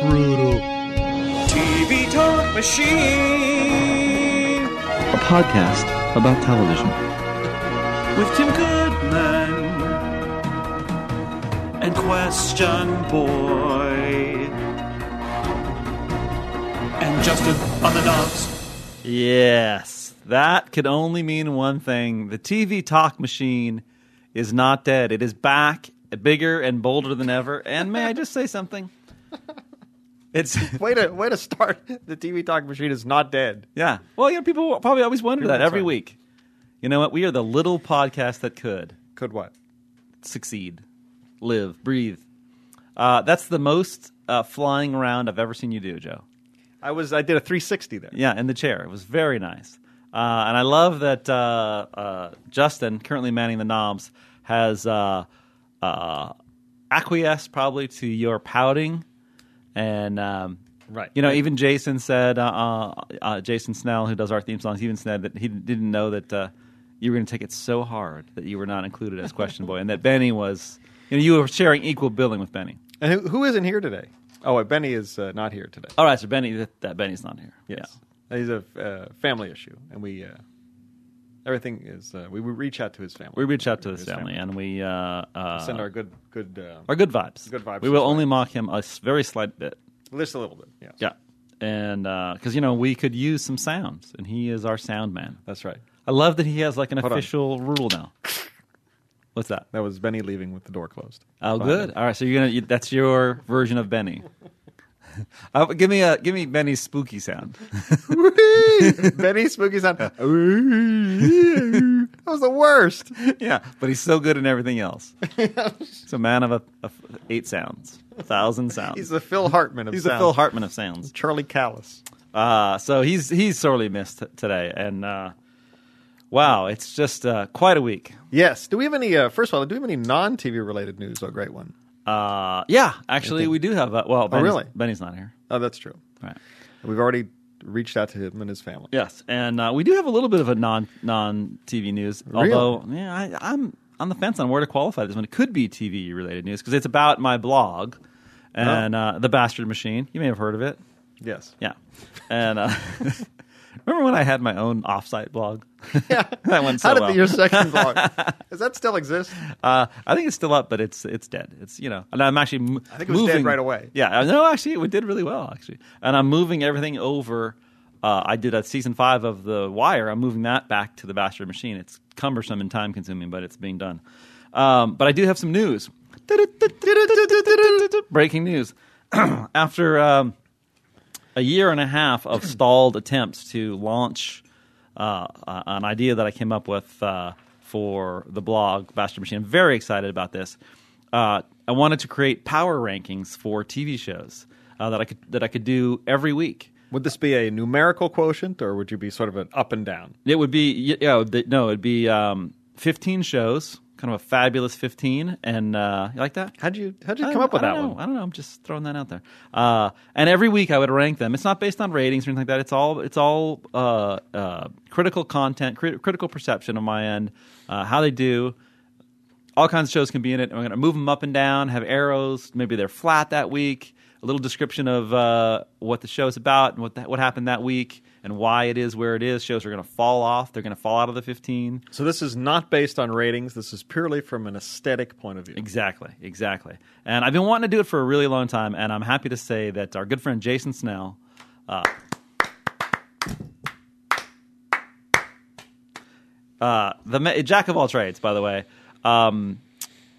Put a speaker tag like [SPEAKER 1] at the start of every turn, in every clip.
[SPEAKER 1] Brutal.
[SPEAKER 2] TV Talk Machine
[SPEAKER 3] a podcast about television.
[SPEAKER 2] with Tim Goodman and Question Boy and Justin on the knobs.
[SPEAKER 1] Yes, that could only mean one thing. The TV talk machine is not dead. It is back, bigger and bolder than ever. And may I just say something? It's
[SPEAKER 4] Way to way to start. The TV talk machine is not dead.
[SPEAKER 1] yeah. Well, you know, people probably always wonder that
[SPEAKER 4] People-
[SPEAKER 1] every week. You know what? We are the little podcast that could.
[SPEAKER 4] Could what?
[SPEAKER 1] succeed, live, breathe. Uh, that's the most uh, flying around I've ever seen you do, Joe.
[SPEAKER 4] I was I did a 360 there.
[SPEAKER 1] Yeah, in the chair. It was very nice. Uh, and I love that uh, uh, Justin, currently manning the knobs, has uh, uh, acquiesced probably to your pouting. And, um,
[SPEAKER 4] Right.
[SPEAKER 1] you know, even Jason said, uh, uh, uh, Jason Snell, who does our theme songs, even said that he didn't know that uh, you were going to take it so hard that you were not included as Question Boy and that Benny was, you know, you were sharing equal billing with Benny.
[SPEAKER 4] And who, who isn't here today? Oh, Benny is uh, not here today.
[SPEAKER 1] All right, so Benny, that, that Benny's not here. Oh, Yeah.
[SPEAKER 4] He's a uh, family issue, and we uh, everything is uh, we, we reach out to his family.
[SPEAKER 1] We reach out to his family and we uh, uh,
[SPEAKER 4] send our good good uh,
[SPEAKER 1] Our good vibes.
[SPEAKER 4] Good vibes
[SPEAKER 1] We will
[SPEAKER 4] this way.
[SPEAKER 1] only mock him a s- very slight bit.
[SPEAKER 4] list a little bit. Yeah.
[SPEAKER 1] Yeah. And because, you know, we could use some sounds, and he is our sound man.
[SPEAKER 4] That's right.
[SPEAKER 1] I love that he has like an
[SPEAKER 4] Hold on.
[SPEAKER 1] official rule now. What's that?
[SPEAKER 4] That was Benny leaving with the door closed.
[SPEAKER 1] Oh,
[SPEAKER 4] Behind
[SPEAKER 1] good.
[SPEAKER 4] him.
[SPEAKER 1] All right. So you're going to, that's your version of Benny. Uh, give me a give me Benny's spooky sound.
[SPEAKER 4] Benny spooky sound. that was the worst.
[SPEAKER 1] yeah, but he's so good in everything else. he's a man of a, of eight sounds, thousand sounds.
[SPEAKER 4] He's the Phil Hartman of
[SPEAKER 1] He's the
[SPEAKER 4] sound.
[SPEAKER 1] Phil Hartman of sounds.
[SPEAKER 4] Charlie Callis.
[SPEAKER 1] Uh, so he's he's sorely missed t- today, and uh, wow, it's just uh, quite a week.
[SPEAKER 4] Yes. Do we have any? Uh, first of all, do we have any non-TV related news? A great one.
[SPEAKER 1] Uh, yeah, actually, we do have. Uh, well, Benny's,
[SPEAKER 4] Oh, really?
[SPEAKER 1] Benny's not here,
[SPEAKER 4] Oh, that's true.
[SPEAKER 1] right?
[SPEAKER 4] We've already reached out to him and his family.
[SPEAKER 1] Yes, and uh, we do have a little bit of a non non TV news. Although, yeah, I, I'm on the fence on where to qualify this one. It could be TV related news because it's about my blog and
[SPEAKER 4] Oh.
[SPEAKER 1] uh, the Bastard Machine. You may have heard of it.
[SPEAKER 4] Yes.
[SPEAKER 1] Yeah. And uh, remember when I had my own offsite blog? that went so
[SPEAKER 4] How did
[SPEAKER 1] well.
[SPEAKER 4] your second blog? Does that still exist?
[SPEAKER 1] uh, I think it's still up, but it's it's dead. It's you know, and I'm actually. m-
[SPEAKER 4] I think it was dead
[SPEAKER 1] moving-
[SPEAKER 4] right away.
[SPEAKER 1] Yeah, no, actually, it did really well actually, and I'm moving everything over. Uh, I did a season five of The Wire. I'm moving that back to the Bastard Machine. It's cumbersome and time consuming, but it's being done. Um, but I do have some news. Breaking news. After um, a year and a half of stalled attempts to launch uh, uh, an idea that I came up with uh, for the blog Bastard Machine. I'm very excited about this. Uh, I wanted to create power rankings for TV shows uh, that I could that I could do every week.
[SPEAKER 4] Would this be a numerical quotient, or would you be sort of an up and down?
[SPEAKER 1] It would be yeah, it would be- no, it'd be um, 15 shows, kind of a fabulous 15. And uh, you like that?
[SPEAKER 4] How'd you How'd you
[SPEAKER 1] I
[SPEAKER 4] come
[SPEAKER 1] don't-
[SPEAKER 4] up with
[SPEAKER 1] I don't
[SPEAKER 4] that
[SPEAKER 1] know.
[SPEAKER 4] one?
[SPEAKER 1] I don't know. I'm just throwing that out there. Uh, and every week I would rank them. It's not based on ratings or anything like that. It's all it's all uh, uh, critical content, crit- critical perception on my end, uh, how they do. All kinds of shows can be in it. I'm going to move them up and down. Have arrows. Maybe they're flat that week. A little description of uh, what the show's about and what that, what happened that week and why it is where it is. Shows are going to fall off. They're going to fall out of the 15.
[SPEAKER 4] So this is not based on ratings. This is purely from an aesthetic point of view.
[SPEAKER 1] Exactly, exactly. And I've been wanting to do it for a really long time, and I'm happy to say that our good friend Jason Snell. Uh, uh, the ma- jack of all trades, by the way. Um,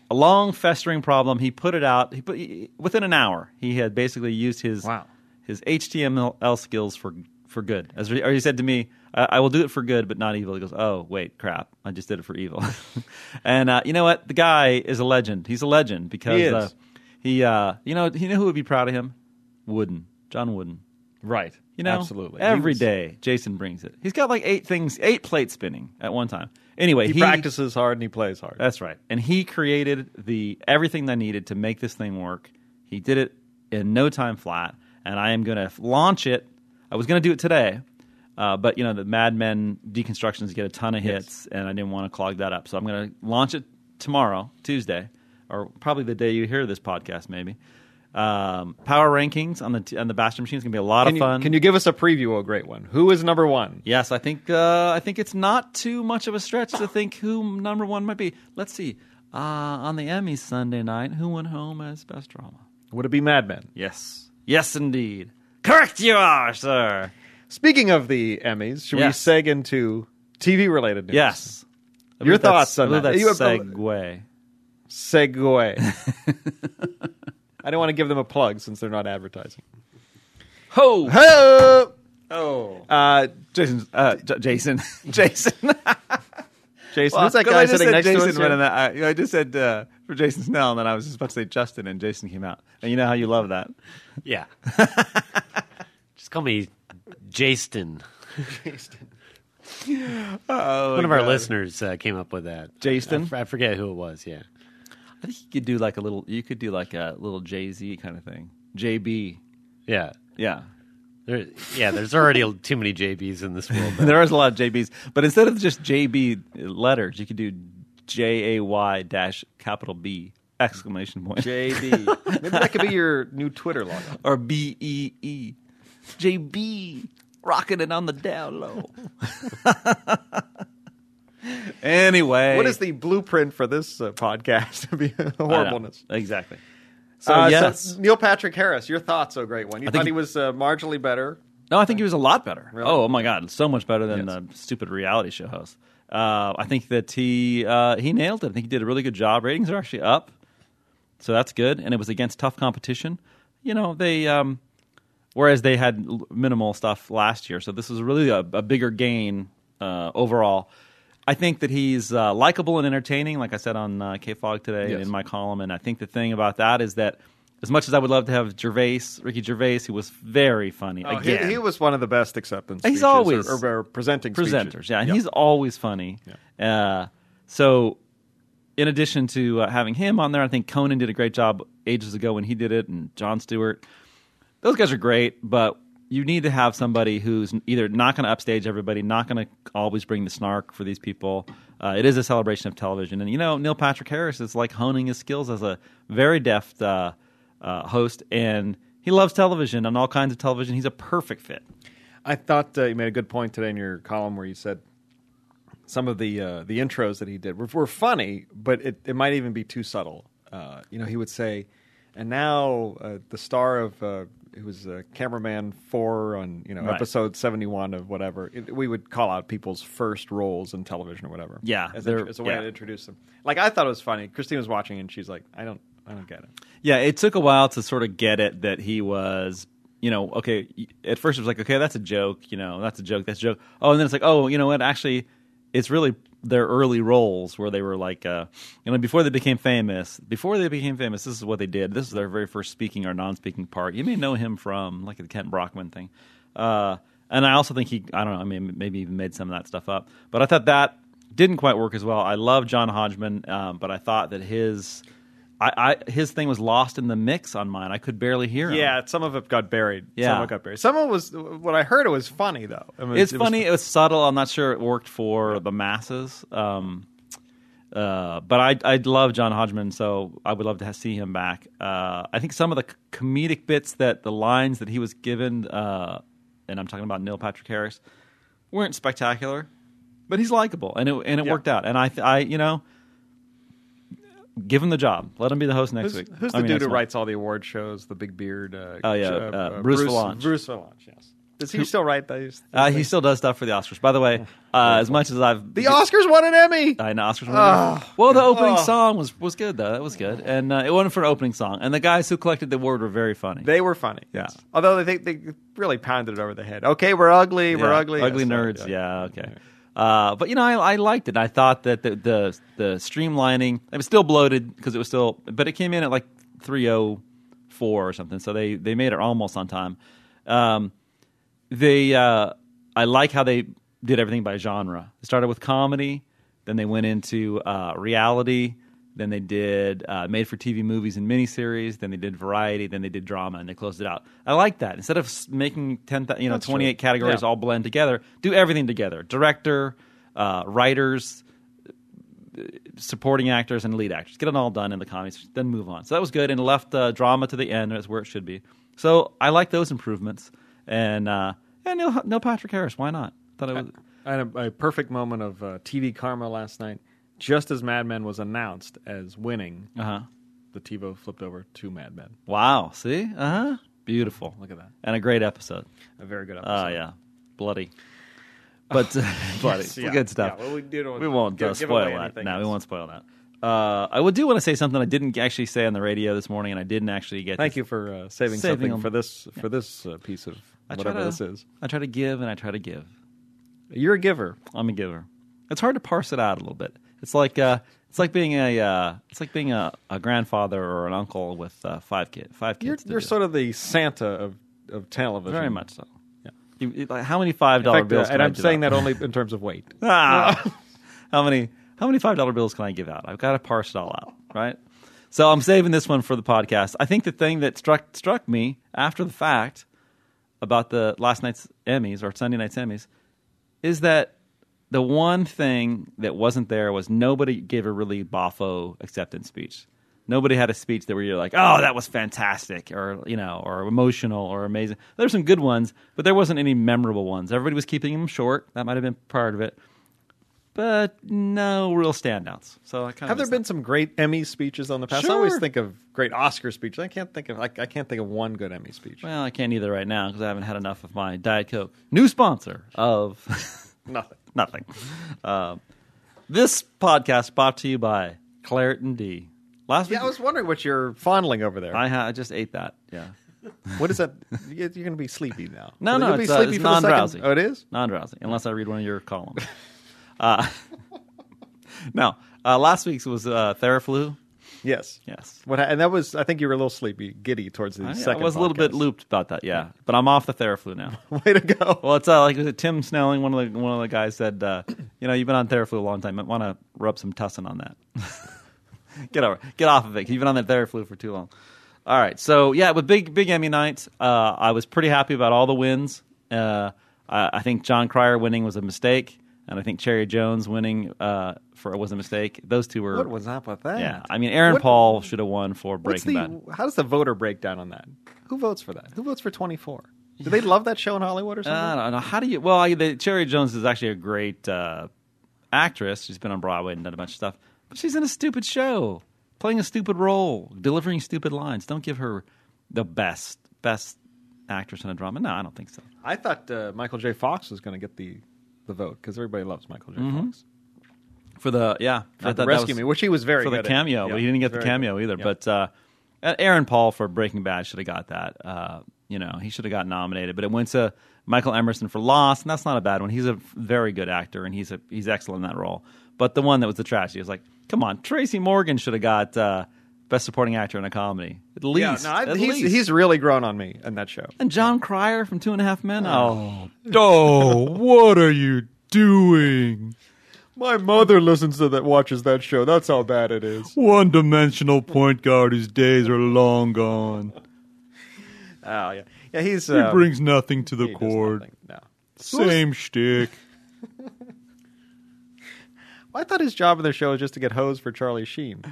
[SPEAKER 1] a long festering problem. He put it out. He put he- within an hour. He had basically used his
[SPEAKER 4] Wow.
[SPEAKER 1] his HTML skills for for good. As he- or he said to me, I, "I will do it for good, but not evil." He goes, "Oh wait, crap! I just did it for evil." and uh, you know what? The guy is a legend. He's a legend because
[SPEAKER 4] He is.
[SPEAKER 1] Uh, he uh, you know you know who would be proud of him? Wooden, John Wooden.
[SPEAKER 4] Right.
[SPEAKER 1] You know,
[SPEAKER 4] Absolutely.
[SPEAKER 1] every
[SPEAKER 4] He was-
[SPEAKER 1] day Jason brings it. He's got like eight things, eight plates spinning at one time. Anyway,
[SPEAKER 4] He,
[SPEAKER 1] he
[SPEAKER 4] practices hard and he plays hard.
[SPEAKER 1] that's right. And he created the everything that needed to make this thing work. He did it in no time flat, and I am going to launch it. I was going to do it today, uh, but you know the Mad Men deconstructions get a ton of hits, and I didn't want to clog that up. So I'm going to launch it tomorrow, Tuesday, or probably the day you hear this podcast, maybe. Um, power rankings on the t- on the Bastion machine is going to be a lot
[SPEAKER 4] Can
[SPEAKER 1] of
[SPEAKER 4] you,
[SPEAKER 1] fun.
[SPEAKER 4] can you give us a preview of a great one? Who is number one?
[SPEAKER 1] Yes, I think uh, I think it's not too much of a stretch to think who number one might be. Let's see. Uh, on the Emmys Sunday night, who went home as best drama?
[SPEAKER 4] Would it be Mad Men?
[SPEAKER 1] Yes, yes, indeed. Correct you are, sir.
[SPEAKER 4] Speaking of the Emmys, should
[SPEAKER 1] Yes.
[SPEAKER 4] we seg into TV related news?
[SPEAKER 1] Yes. I
[SPEAKER 4] Your
[SPEAKER 1] believe that's-
[SPEAKER 4] thoughts on
[SPEAKER 1] I believe
[SPEAKER 4] that?
[SPEAKER 1] That's
[SPEAKER 4] You have-
[SPEAKER 1] segue.
[SPEAKER 4] Segue. I don't want to give them a plug since they're not advertising.
[SPEAKER 1] Ho!
[SPEAKER 4] Hello!
[SPEAKER 1] Oh.
[SPEAKER 4] Uh,
[SPEAKER 3] Jason, uh, J- Jason, Jason.
[SPEAKER 4] Jason,
[SPEAKER 3] Well,
[SPEAKER 4] who's that
[SPEAKER 3] 'cause
[SPEAKER 4] guy
[SPEAKER 3] I just
[SPEAKER 4] sitting
[SPEAKER 3] said
[SPEAKER 4] next
[SPEAKER 3] Jason
[SPEAKER 4] to us? here?
[SPEAKER 3] when I, I- you know, I just said uh, for Jason Snell, and then I was just about to say Justin, and Jason came out. And you know how you love that.
[SPEAKER 5] Yeah. Just call me Jaston.
[SPEAKER 3] Oh,
[SPEAKER 5] One of our listeners uh, came up with that. I
[SPEAKER 3] Jaston?
[SPEAKER 5] f- I forget who it was. Yeah.
[SPEAKER 1] I think you could do like a little. You could do like a little Jay Z kind of thing. JB.
[SPEAKER 5] Yeah.
[SPEAKER 1] Yeah.
[SPEAKER 5] There, yeah. There's already too many JBs in this world.
[SPEAKER 1] there is a lot of JBs, but instead of just JB letters, you could do J A Y dash capital B exclamation point
[SPEAKER 4] JB. Maybe that could be your new Twitter logo.
[SPEAKER 1] or B E E JB rocking it on the down low. anyway,
[SPEAKER 4] What is the blueprint for this uh, podcast to be
[SPEAKER 1] I know.
[SPEAKER 4] horribleness?
[SPEAKER 1] Exactly. So
[SPEAKER 4] Uh,
[SPEAKER 1] yes,
[SPEAKER 4] Neil Patrick Harris, your thoughts? Oh, great one. You
[SPEAKER 1] I think
[SPEAKER 4] thought he
[SPEAKER 1] he-
[SPEAKER 4] was uh, marginally better.
[SPEAKER 1] No, I think he was a lot better.
[SPEAKER 4] Really?
[SPEAKER 1] Oh, oh my god, so much better than
[SPEAKER 4] Yes.
[SPEAKER 1] the stupid reality show host. Uh, I think that he uh, he nailed it. I think he did a really good job. Ratings are actually up, so that's good. And it was against tough competition. You know, they um, whereas they had l- minimal stuff last year, so this was really a, a bigger gain uh, overall. I think that he's uh, likable and entertaining, like I said on uh, K Fog today
[SPEAKER 4] Yes.
[SPEAKER 1] in my column. And I think the thing about that is that as much as I would love to have Gervais, Ricky Gervais, who was very funny
[SPEAKER 4] Oh, he,
[SPEAKER 1] again,
[SPEAKER 4] he was one of the best acceptance.
[SPEAKER 1] He's
[SPEAKER 4] speeches or-
[SPEAKER 1] always-
[SPEAKER 4] or, or presenting
[SPEAKER 1] presenters.
[SPEAKER 4] speeches.
[SPEAKER 1] Yeah, and he's always funny. Uh, so, in addition to uh, having him on there, I think Conan did a great job ages ago when he did it, and John Stewart. Those guys are great, but you need to have somebody who's either not going to upstage everybody, not going to always bring the snark for these people. Uh, it is a celebration of television, and you know Neil Patrick Harris is like honing his skills as a very deft uh, uh, host, and he loves television and all kinds of television. He's a perfect fit.
[SPEAKER 4] I thought uh, you made a good point today in your column where you said some of the uh, the intros that he did were, were funny, but it, it might even be too subtle. Uh, you know, he would say, "And now uh, the star of uh, it was uh, cameraman four on you know
[SPEAKER 1] Right.
[SPEAKER 4] episode seventy one of whatever." It, we would call out people's first roles in television or whatever.
[SPEAKER 1] Yeah,
[SPEAKER 4] as,
[SPEAKER 1] they're-
[SPEAKER 4] a, as a way
[SPEAKER 1] yeah.
[SPEAKER 4] to introduce them. Like I thought it was funny. Christine was watching and she's like, "I don't, I don't get it."
[SPEAKER 1] Yeah, it took a while to sort of get it that he was, you know, okay. y- At first, it was like, okay, that's a joke, you know, that's a joke, that's a joke. Oh, and then it's like, oh, you know what? Actually, it's really their early roles where they were like, uh, you know, before they became famous. Before they became famous, this is what they did. This is their very first speaking or non-speaking part. You may know him from like the Kent Brockman thing. Uh, and I also think he, I don't know, I mean, maybe even made some of that stuff up. But I thought that didn't quite work as well. I love John Hodgman, um, but I thought that his I, I his thing was lost in the mix on mine. I could barely hear him.
[SPEAKER 4] Yeah, some of it got buried.
[SPEAKER 1] Yeah.
[SPEAKER 4] some of it got buried. Some of it was what I heard. It was funny though. I mean,
[SPEAKER 1] it's
[SPEAKER 4] it was
[SPEAKER 1] funny. It was subtle. I'm not sure it worked for the masses. Um, uh, but I I love John Hodgman, so I would love to ha see him back. Uh, I think some of the c- comedic bits that the lines that he was given, uh, and I'm talking about Neil Patrick Harris, weren't spectacular, but he's likable, and it and it
[SPEAKER 4] Yeah.
[SPEAKER 1] worked out. And I th- I you know. Give him the job. Let him be the host next
[SPEAKER 4] Who's,
[SPEAKER 1] week.
[SPEAKER 4] who's
[SPEAKER 1] I
[SPEAKER 4] the
[SPEAKER 1] mean,
[SPEAKER 4] dude
[SPEAKER 1] next
[SPEAKER 4] who
[SPEAKER 1] month.
[SPEAKER 4] writes all the award shows? The big beard. Uh,
[SPEAKER 1] Oh, yeah,
[SPEAKER 4] sh-
[SPEAKER 1] uh, Bruce Vilanch.
[SPEAKER 4] Bruce Vilanch. Yes. Does he still write those?
[SPEAKER 1] Uh, he still does stuff for the Oscars. By the way, uh, as much as I've
[SPEAKER 4] Oh, the Oscars won an Emmy.
[SPEAKER 1] I know Oscars. won. well, the opening
[SPEAKER 4] Oh.
[SPEAKER 1] song was was good though. That was good, and uh, it wasn't for an opening song. And the guys who collected the award were very funny.
[SPEAKER 4] They were funny.
[SPEAKER 1] Yeah.
[SPEAKER 4] Yes. Although they they really pounded it over the head. Okay, we're ugly. We're
[SPEAKER 1] Yeah,
[SPEAKER 4] ugly.
[SPEAKER 1] ugly
[SPEAKER 4] Yes,
[SPEAKER 1] nerds. Yeah, okay. Uh, but you know, I, I liked it. I thought that the the, the streamlining it was still bloated because it was still, but it came in at like three oh four or something. So they they made it almost on time. Um, they uh, I like how they did everything by genre. They started with comedy, then they went into uh, reality, then they did uh, made for TV movies and miniseries, then they did variety, then they did drama, and they closed it out. I like that instead of s- making ten thou- you know twenty eight categories
[SPEAKER 4] Yeah.
[SPEAKER 1] all blend together, do everything together. Director, uh, writers, supporting actors and lead actors. Get it all done in the comedies, then move on. So that was good, and it left uh, drama to the end. That's where it should be. So I like those improvements, and uh, yeah, Neil, Neil Patrick Harris. Why not? Thought it was.
[SPEAKER 4] I had a, a perfect moment of uh, TV karma last night. Just as Mad Men was announced as winning,
[SPEAKER 1] Uh huh.
[SPEAKER 4] the TiVo flipped over to Mad Men.
[SPEAKER 1] Wow. See. Uh huh. Beautiful.
[SPEAKER 4] Look at that.
[SPEAKER 1] And a great episode.
[SPEAKER 4] A very good episode.
[SPEAKER 1] Oh yeah, bloody. But bloody
[SPEAKER 4] Yeah.
[SPEAKER 1] good stuff.
[SPEAKER 4] Yeah, well, we, did on-
[SPEAKER 1] we won't
[SPEAKER 4] give-
[SPEAKER 1] uh,
[SPEAKER 4] give
[SPEAKER 1] spoil
[SPEAKER 4] away
[SPEAKER 1] that.
[SPEAKER 4] anything
[SPEAKER 1] No, we
[SPEAKER 4] else.
[SPEAKER 1] won't spoil that. Uh, I would do want to say something I didn't actually say on the radio this morning, and I didn't actually get.
[SPEAKER 4] Thank
[SPEAKER 1] to-
[SPEAKER 4] you for uh,
[SPEAKER 1] Saving
[SPEAKER 4] saving, something
[SPEAKER 1] them.
[SPEAKER 4] for this for this uh, piece of
[SPEAKER 1] I try
[SPEAKER 4] whatever
[SPEAKER 1] to-
[SPEAKER 4] this is.
[SPEAKER 1] I try to give and I try to give.
[SPEAKER 4] You're a giver.
[SPEAKER 1] I'm a giver. It's hard to parse it out a little bit. It's like uh, it's like being a uh, it's like being a, a grandfather or an uncle with uh, five kid five kids.
[SPEAKER 4] You're,
[SPEAKER 1] to
[SPEAKER 4] you're
[SPEAKER 1] do.
[SPEAKER 4] sort of the Santa of, of television.
[SPEAKER 1] very much so.
[SPEAKER 4] Yeah.
[SPEAKER 1] You, you- like, how many five
[SPEAKER 4] In
[SPEAKER 1] dollar
[SPEAKER 4] fact, uh,
[SPEAKER 1] bills? can
[SPEAKER 4] and
[SPEAKER 1] I
[SPEAKER 4] I'm
[SPEAKER 1] give
[SPEAKER 4] saying
[SPEAKER 1] out?
[SPEAKER 4] that only in terms of weight.
[SPEAKER 1] Ah, how many how many five dollar bills can I give out? I've got to parse it all out, right? So I'm saving this one for the podcast. I think the thing that struck struck me after the fact about the last night's Emmys or Sunday night's Emmys is that the one thing that wasn't there was nobody gave a really boffo acceptance speech. Nobody had a speech that where you're like, "Oh, that was fantastic," or you know, or emotional or amazing. There's some good ones, but there wasn't any memorable ones. Everybody was keeping them short. That might have been part of it, but no real standouts. So I kind
[SPEAKER 4] Have
[SPEAKER 1] of
[SPEAKER 4] there been some great Emmy speeches on the past? I always
[SPEAKER 1] Sure.
[SPEAKER 4] think of great Oscar speeches. I can't think of like I can't think of one good Emmy speech.
[SPEAKER 1] Well, I can't either right now because I haven't had enough of my Diet Coke. New sponsor of
[SPEAKER 4] Nothing.
[SPEAKER 1] nothing. Um, this podcast brought to you by Claritin D. Last
[SPEAKER 4] Yeah, I
[SPEAKER 1] week,
[SPEAKER 4] was wondering what you're fondling over there.
[SPEAKER 1] I, ha- I just ate that. Yeah,
[SPEAKER 4] What is that? You're going to be sleepy now.
[SPEAKER 1] No,
[SPEAKER 4] Will
[SPEAKER 1] no,
[SPEAKER 4] you be
[SPEAKER 1] it's, uh,
[SPEAKER 4] sleepy
[SPEAKER 1] it's
[SPEAKER 4] for the second-
[SPEAKER 1] non-drowsy.
[SPEAKER 4] Oh, it is.
[SPEAKER 1] non-drowsy unless I read one of your columns. uh, no, uh, last week's was uh, Theraflu.
[SPEAKER 4] Yes.
[SPEAKER 1] Yes,
[SPEAKER 4] What? ha- And that was. I think you were a little sleepy, giddy towards the
[SPEAKER 1] I, I
[SPEAKER 4] second.
[SPEAKER 1] was a little bit
[SPEAKER 4] podcast.
[SPEAKER 1] looped about that. Yeah, but I'm off the Theraflu now.
[SPEAKER 4] Way to go.
[SPEAKER 1] Well, it's uh, like was it Tim Snelling, one of the one of the guys said, uh, you know, you've been on Theraflu a long time. I want to rub some tussin on that. get over, get off of it. You've been on that Theraflu for too long. All right, so yeah, with big big Emmy nights, uh, I was pretty happy about all the wins. Uh, I, I think John Cryer winning was a mistake, and I think Cherry Jones winning uh, for was a mistake. Those two were
[SPEAKER 4] What was up with that?
[SPEAKER 1] yeah. I mean, Aaron
[SPEAKER 4] What-
[SPEAKER 1] Paul should have won for
[SPEAKER 4] What's
[SPEAKER 1] Breaking Bad.
[SPEAKER 4] the? How does the voter breakdown on that? Who votes for that? Who votes for 24? Do they love that show in Hollywood or something?
[SPEAKER 1] I don't know. Uh, How do you? Well, I, the, Cherry Jones is actually a great uh, actress. She's been on Broadway and done a bunch of stuff, but she's in a stupid show, playing a stupid role, delivering stupid lines. Don't give her the best best actress in a drama. No, I don't think so.
[SPEAKER 4] I thought uh, Michael J. Fox was going to get the the vote because everybody loves Michael J. Fox.
[SPEAKER 1] For the yeah, Mm-hmm. I
[SPEAKER 4] Not
[SPEAKER 1] thought
[SPEAKER 4] the
[SPEAKER 1] that
[SPEAKER 4] Rescue
[SPEAKER 1] was-
[SPEAKER 4] Me, which he was very
[SPEAKER 1] for the
[SPEAKER 4] good at.
[SPEAKER 1] cameo,
[SPEAKER 4] Yeah,
[SPEAKER 1] but he didn't get the
[SPEAKER 4] very good.
[SPEAKER 1] cameo either.
[SPEAKER 4] Yeah.
[SPEAKER 1] But uh, Aaron Paul for Breaking Bad should have got that. Uh, you know, he should have got nominated, but it went to Michael Emerson for Lost, and that's not a bad one. He's a very good actor, and he's a he's excellent in that role. But the one that was the tragedy was like, come on, Tracy Morgan should have got uh, best supporting actor in a comedy at least.
[SPEAKER 4] yeah, no, I,
[SPEAKER 1] at
[SPEAKER 4] he's,
[SPEAKER 1] least.
[SPEAKER 4] he's really grown on me in that show.
[SPEAKER 1] and John Cryer from Two and a Half Men. Oh,
[SPEAKER 3] Oh, what are you doing?
[SPEAKER 4] My mother listens to that, watches that show. That's how bad it is.
[SPEAKER 3] One dimensional point guard whose days are long gone.
[SPEAKER 4] Oh yeah, yeah. He's
[SPEAKER 3] He
[SPEAKER 4] uh,
[SPEAKER 3] brings nothing to the
[SPEAKER 4] he does
[SPEAKER 3] court.
[SPEAKER 4] nothing. No,
[SPEAKER 3] Same shtick.
[SPEAKER 4] I thought his job in the show was just to get hosed for Charlie Sheen.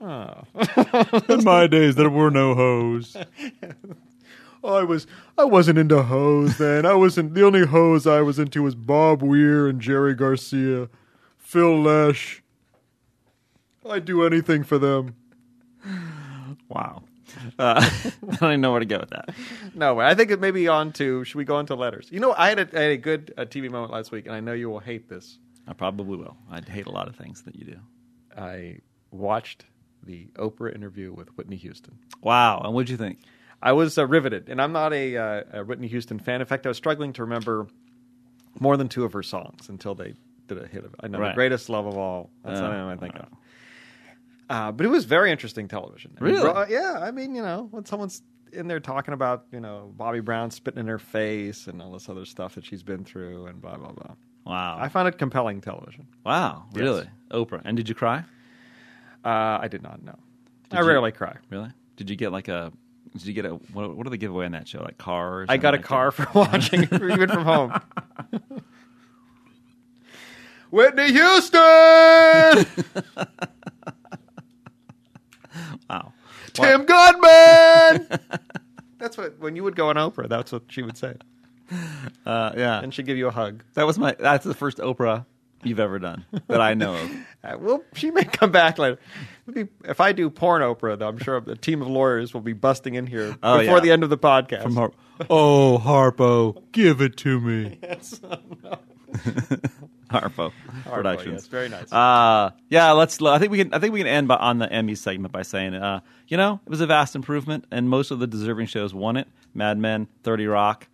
[SPEAKER 3] In my days, there were no hoes.
[SPEAKER 4] I was I wasn't into hoes then. I wasn't the only hoes I was into was Bob Weir and Jerry Garcia, Phil Lesh. I'd do anything for them.
[SPEAKER 1] wow. Uh, I don't even know where to go with that.
[SPEAKER 4] No way. I think it may be on to. Should we go on to letters? You know, I had a, I had a good uh, TV moment last week, and I know you will hate this.
[SPEAKER 1] I probably will. I'd hate a lot of things that you do.
[SPEAKER 4] I watched the Oprah interview with Whitney Houston.
[SPEAKER 1] Wow. And what'd you think?
[SPEAKER 4] I was uh, riveted, and I'm not a, uh, a Whitney Houston fan. In fact, I was struggling to remember more than two of her songs until they did a hit of it. I know
[SPEAKER 1] Right.
[SPEAKER 4] the greatest love of all. That's
[SPEAKER 1] Uh,
[SPEAKER 4] the name I think of. Uh, but it was very interesting television. I mean,
[SPEAKER 1] Really?
[SPEAKER 4] bro- yeah. I mean, you know, when someone's in there talking about you know Bobby Brown spitting in her face and all this other stuff that she's been through and blah blah blah.
[SPEAKER 1] Wow.
[SPEAKER 4] I found it compelling television.
[SPEAKER 1] Wow,
[SPEAKER 4] Yes.
[SPEAKER 1] really? Oprah. And did you cry?
[SPEAKER 4] Uh, I did not know.
[SPEAKER 1] Did
[SPEAKER 4] I
[SPEAKER 1] you-
[SPEAKER 4] rarely cry.
[SPEAKER 1] Really? Did you get like a? Did you get a? What, what do they give away on that show? Like cars?
[SPEAKER 4] I
[SPEAKER 1] and
[SPEAKER 4] got a
[SPEAKER 1] like
[SPEAKER 4] car for watching, even from home. Whitney Houston,
[SPEAKER 1] Wow.
[SPEAKER 4] Tim Goodman. That's what when you would go on Oprah. That's what she would say,
[SPEAKER 1] Uh, yeah.
[SPEAKER 4] and she'd give you a hug.
[SPEAKER 1] That was my. That's the first Oprah you've ever done that I know of.
[SPEAKER 4] Uh, well, she may come back later. Maybe If I do porn Oprah, though, I'm sure a team of lawyers will be busting in here
[SPEAKER 1] Oh,
[SPEAKER 4] before
[SPEAKER 1] yeah.
[SPEAKER 4] the end of the podcast.
[SPEAKER 1] From Har- oh Harpo, give it to me. Harpo, Productions.
[SPEAKER 4] yes, very nice.
[SPEAKER 1] Uh, yeah, let's. I think we can. I think we can end by, on the Emmy segment by saying, uh, you know, it was a vast improvement, and most of the deserving shows won it. Mad Men, Thirty Rock,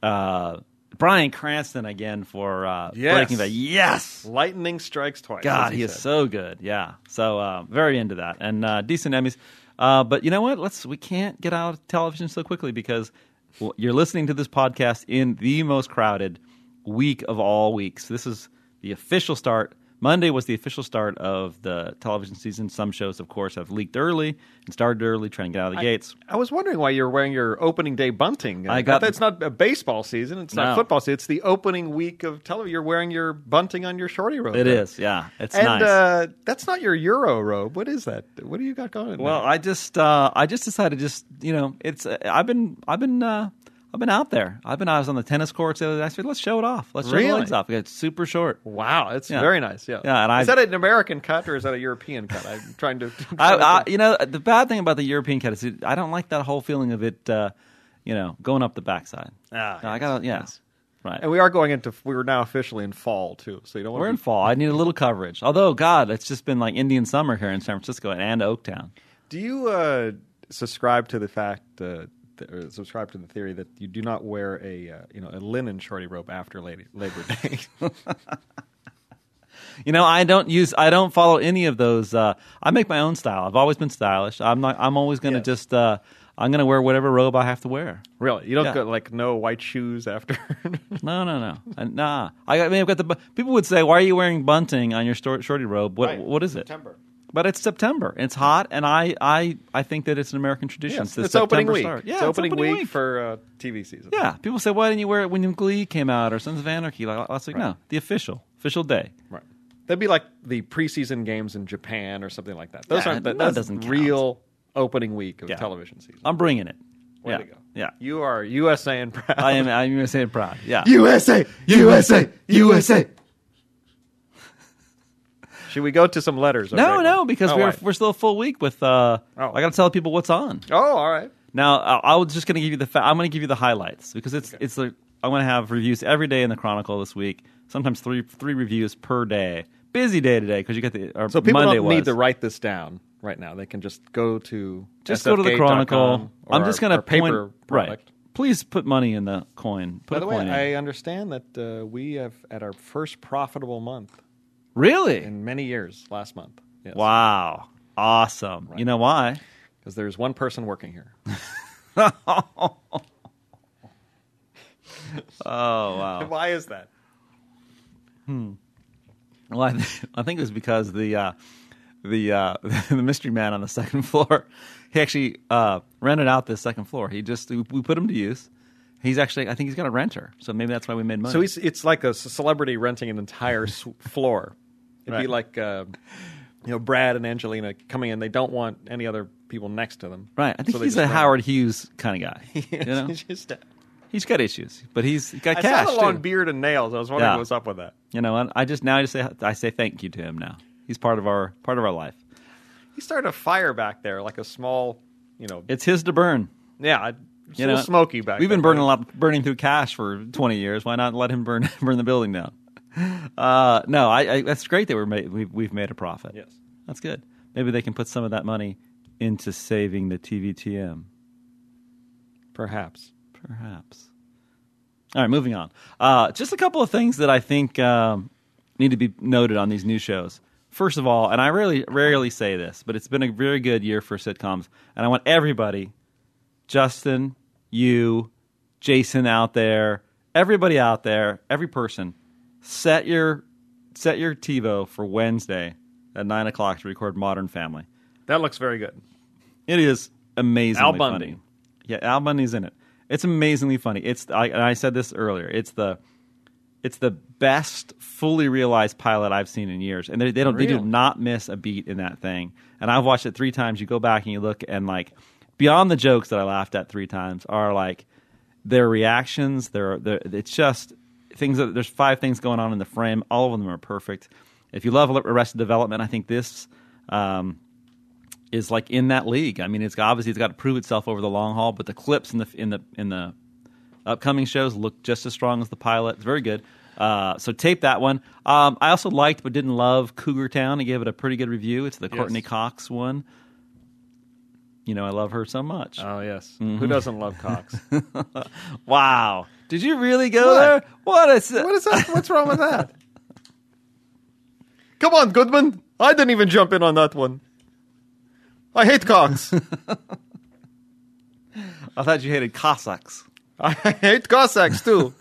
[SPEAKER 1] uh, Brian Cranston again for uh,
[SPEAKER 4] Yes.
[SPEAKER 1] Breaking Bad. Yes,
[SPEAKER 4] Lightning strikes twice. as
[SPEAKER 1] God, he is
[SPEAKER 4] said.
[SPEAKER 1] so good. Yeah. So uh, very into that and uh, decent Emmys. Uh, but you know what? Let's we can't get out of television so quickly because well, you're listening to this podcast in the most crowded week of all weeks. This is the official start. Monday was the official start of the television season. Some shows, of course, have leaked early and started early, trying to get out of the gates.
[SPEAKER 4] I was wondering why you're wearing your opening day bunting.
[SPEAKER 1] I got-
[SPEAKER 4] that's not a baseball season. It's
[SPEAKER 1] No.
[SPEAKER 4] not football season. It's the opening week of television. You're wearing your bunting on your shorty robe.
[SPEAKER 1] It is, yeah, it's
[SPEAKER 4] and
[SPEAKER 1] nice.
[SPEAKER 4] uh, that's not your Euro robe. What is that? What do you got going?
[SPEAKER 1] Well, I just uh, I just decided just you know it's uh, I've been I've been uh, I've been out there. I've been I was on the tennis courts the other day. I said let's show it off. Let's show the
[SPEAKER 4] Really?
[SPEAKER 1] legs off. It's super short.
[SPEAKER 4] there? wow, it's
[SPEAKER 1] Yeah.
[SPEAKER 4] very nice. Yeah,
[SPEAKER 1] Yeah, and
[SPEAKER 4] is
[SPEAKER 1] I-
[SPEAKER 4] that an American cut or is that a European cut? I'm trying to.
[SPEAKER 1] I, I you know the bad thing about the European cat is it, I don't like that whole feeling of it uh, you know going up the backside.
[SPEAKER 4] Ah,
[SPEAKER 1] I got to yeah right.
[SPEAKER 4] and we are going into. We're now officially in fall too, so you don't. want
[SPEAKER 1] We're
[SPEAKER 4] to
[SPEAKER 1] in fall. I need a little coverage. Although God, it's just been like Indian summer here in San Francisco and Oaktown.
[SPEAKER 4] Do you uh, subscribe to the fact, uh, th- or subscribe to the theory that you do not wear a uh, you know a linen shorty robe after lady- Labor Day?
[SPEAKER 1] You know, I don't use, I don't follow any of those. Uh, I make my own style. I've always been stylish. I'm not. I'm always going to
[SPEAKER 4] Yes.
[SPEAKER 1] just. Uh, I'm going to wear whatever robe I have to wear.
[SPEAKER 4] really, you don't
[SPEAKER 1] Yeah.
[SPEAKER 4] go, like no white shoes after.
[SPEAKER 1] No, no, no, Uh, nah. I, got- I mean, I've got the. bu- People would say, "Why are you wearing bunting on your stor- shorty robe? What, what is it?" But it's September. It's hot, and I, I, I think that it's an American tradition.
[SPEAKER 4] Yes,
[SPEAKER 1] the
[SPEAKER 4] it's opening
[SPEAKER 1] September
[SPEAKER 4] week.
[SPEAKER 1] start. Yeah,
[SPEAKER 4] it's opening, week, for uh, TV season.
[SPEAKER 1] Yeah, people say, "Why didn't you wear it when Glee came out or Sons of Anarchy?" Like last week, no, the official official day.
[SPEAKER 4] right. That'd be like the preseason games in Japan or something like that. Those
[SPEAKER 1] Yeah,
[SPEAKER 4] aren't
[SPEAKER 1] that
[SPEAKER 4] that, that's
[SPEAKER 1] doesn't count.
[SPEAKER 4] real opening week of
[SPEAKER 1] Yeah.
[SPEAKER 4] television season.
[SPEAKER 1] I'm bringing it.
[SPEAKER 4] Way
[SPEAKER 1] yeah,
[SPEAKER 4] to go.
[SPEAKER 1] yeah.
[SPEAKER 4] You are USA and proud.
[SPEAKER 1] I am. I'm gonna say it proud. Yeah.
[SPEAKER 4] USA, USA, USA. Should we go to some letters? or
[SPEAKER 1] no,
[SPEAKER 4] right
[SPEAKER 1] no,
[SPEAKER 4] now?
[SPEAKER 1] because
[SPEAKER 4] Oh,
[SPEAKER 1] we're
[SPEAKER 4] right.
[SPEAKER 1] we're still a full week with. Uh,
[SPEAKER 4] Oh.
[SPEAKER 1] I got to tell people what's on.
[SPEAKER 4] Oh, all right.
[SPEAKER 1] Now I, I was just gonna give you the. Fa- I'm gonna give you the highlights because it's it's the. I'm gonna have reviews every day in the Chronicle this week. Sometimes three three reviews per day. Busy day today because you got the. Or
[SPEAKER 4] So people
[SPEAKER 1] Monday
[SPEAKER 4] don't
[SPEAKER 1] was.
[SPEAKER 4] need to write this down right now. They can just go to
[SPEAKER 1] Just go to the Chronicle. I'm just gonna
[SPEAKER 4] to paper
[SPEAKER 1] point, right.
[SPEAKER 4] product.
[SPEAKER 1] Please put money in the coin. Put
[SPEAKER 4] By
[SPEAKER 1] a
[SPEAKER 4] the way,
[SPEAKER 1] coin in.
[SPEAKER 4] I understand that uh, we have at our first profitable month
[SPEAKER 1] really
[SPEAKER 4] in many years last month. Yes.
[SPEAKER 1] wow, awesome. You know why?
[SPEAKER 4] Because there's one person working here.
[SPEAKER 1] Oh wow.
[SPEAKER 4] Why is that?
[SPEAKER 1] Well, I, th- I think it was because the uh, the uh, the mystery man on the second floor, he actually uh, rented out this second floor. He just we we put him to use. He's actually I think he's got a renter, so maybe that's why we made money.
[SPEAKER 4] So he's, it's like a c- celebrity renting an entire s- floor. It'd be
[SPEAKER 1] Right.
[SPEAKER 4] like uh, you know Brad and Angelina coming in. They don't want any other people next to them.
[SPEAKER 1] right. I think
[SPEAKER 4] So they
[SPEAKER 1] he's
[SPEAKER 4] just
[SPEAKER 1] a
[SPEAKER 4] rent.
[SPEAKER 1] Howard Hughes kind of guy. You know,
[SPEAKER 4] Just- uh,
[SPEAKER 1] he's got issues, but he's got
[SPEAKER 4] I
[SPEAKER 1] cash
[SPEAKER 4] saw the long
[SPEAKER 1] too.
[SPEAKER 4] beard and nails. I was wondering
[SPEAKER 1] Yeah.
[SPEAKER 4] what's up with that.
[SPEAKER 1] you know, and I just now I just say I say thank you to him now. He's part of our part of our life.
[SPEAKER 4] He started a fire back there, like a small, you know,
[SPEAKER 1] It's his to burn.
[SPEAKER 4] yeah, it's a
[SPEAKER 1] You
[SPEAKER 4] little
[SPEAKER 1] know,
[SPEAKER 4] smoky back.
[SPEAKER 1] We've been
[SPEAKER 4] there,
[SPEAKER 1] burning
[SPEAKER 4] right?
[SPEAKER 1] a lot, burning through cash for twenty years. Why not let him burn burn the building down? Uh, no, I, I, that's great that we're made, we've, we've made a profit.
[SPEAKER 4] Yes.
[SPEAKER 1] that's good. Maybe they can put some of that money into saving the TVTM,
[SPEAKER 4] Perhaps
[SPEAKER 1] perhaps. All right, moving on. Uh, just a couple of things that I think um, need to be noted on these new shows. First of all, and I really rarely say this, but it's been a very good year for sitcoms, and I want everybody Justin, you, Jason out there, everybody out there, every person, set your set your TiVo for Wednesday at nine o'clock to record Modern Family.
[SPEAKER 4] that looks very good.
[SPEAKER 1] It is amazingly
[SPEAKER 4] Al Bundy.
[SPEAKER 1] funny. Yeah, Al Bundy's in it. It's amazingly funny. It's I, and I said this earlier. It's the it's the best fully realized pilot I've seen in years, and they, they don't they do
[SPEAKER 4] Really?
[SPEAKER 1] not miss a beat in that thing. And I've watched it three times. You go back and you look, and like beyond the jokes that I laughed at three times are like their reactions. Their, their it's just things that there's five things going on in the frame. All of them are perfect. If you love Arrested Development, I think this. Um, is like in that league. I mean, it's obviously it's got to prove itself over the long haul, but the clips in the in the in the upcoming shows look just as strong as the pilot. It's very good. Uh, so tape that one. Um, I also liked but didn't love Cougar Town. I gave it a pretty good review. It's the Courtney Cox one. You know, I love her so much.
[SPEAKER 4] Oh yes, who doesn't love Cox?
[SPEAKER 1] wow. Did you really go
[SPEAKER 4] What?
[SPEAKER 1] there? What is it?
[SPEAKER 4] what is that? What's wrong with that? Come on, Goodman. I didn't even jump in on that one. I hate Cox.
[SPEAKER 1] I thought you hated Cossacks.
[SPEAKER 4] I hate Cossacks too,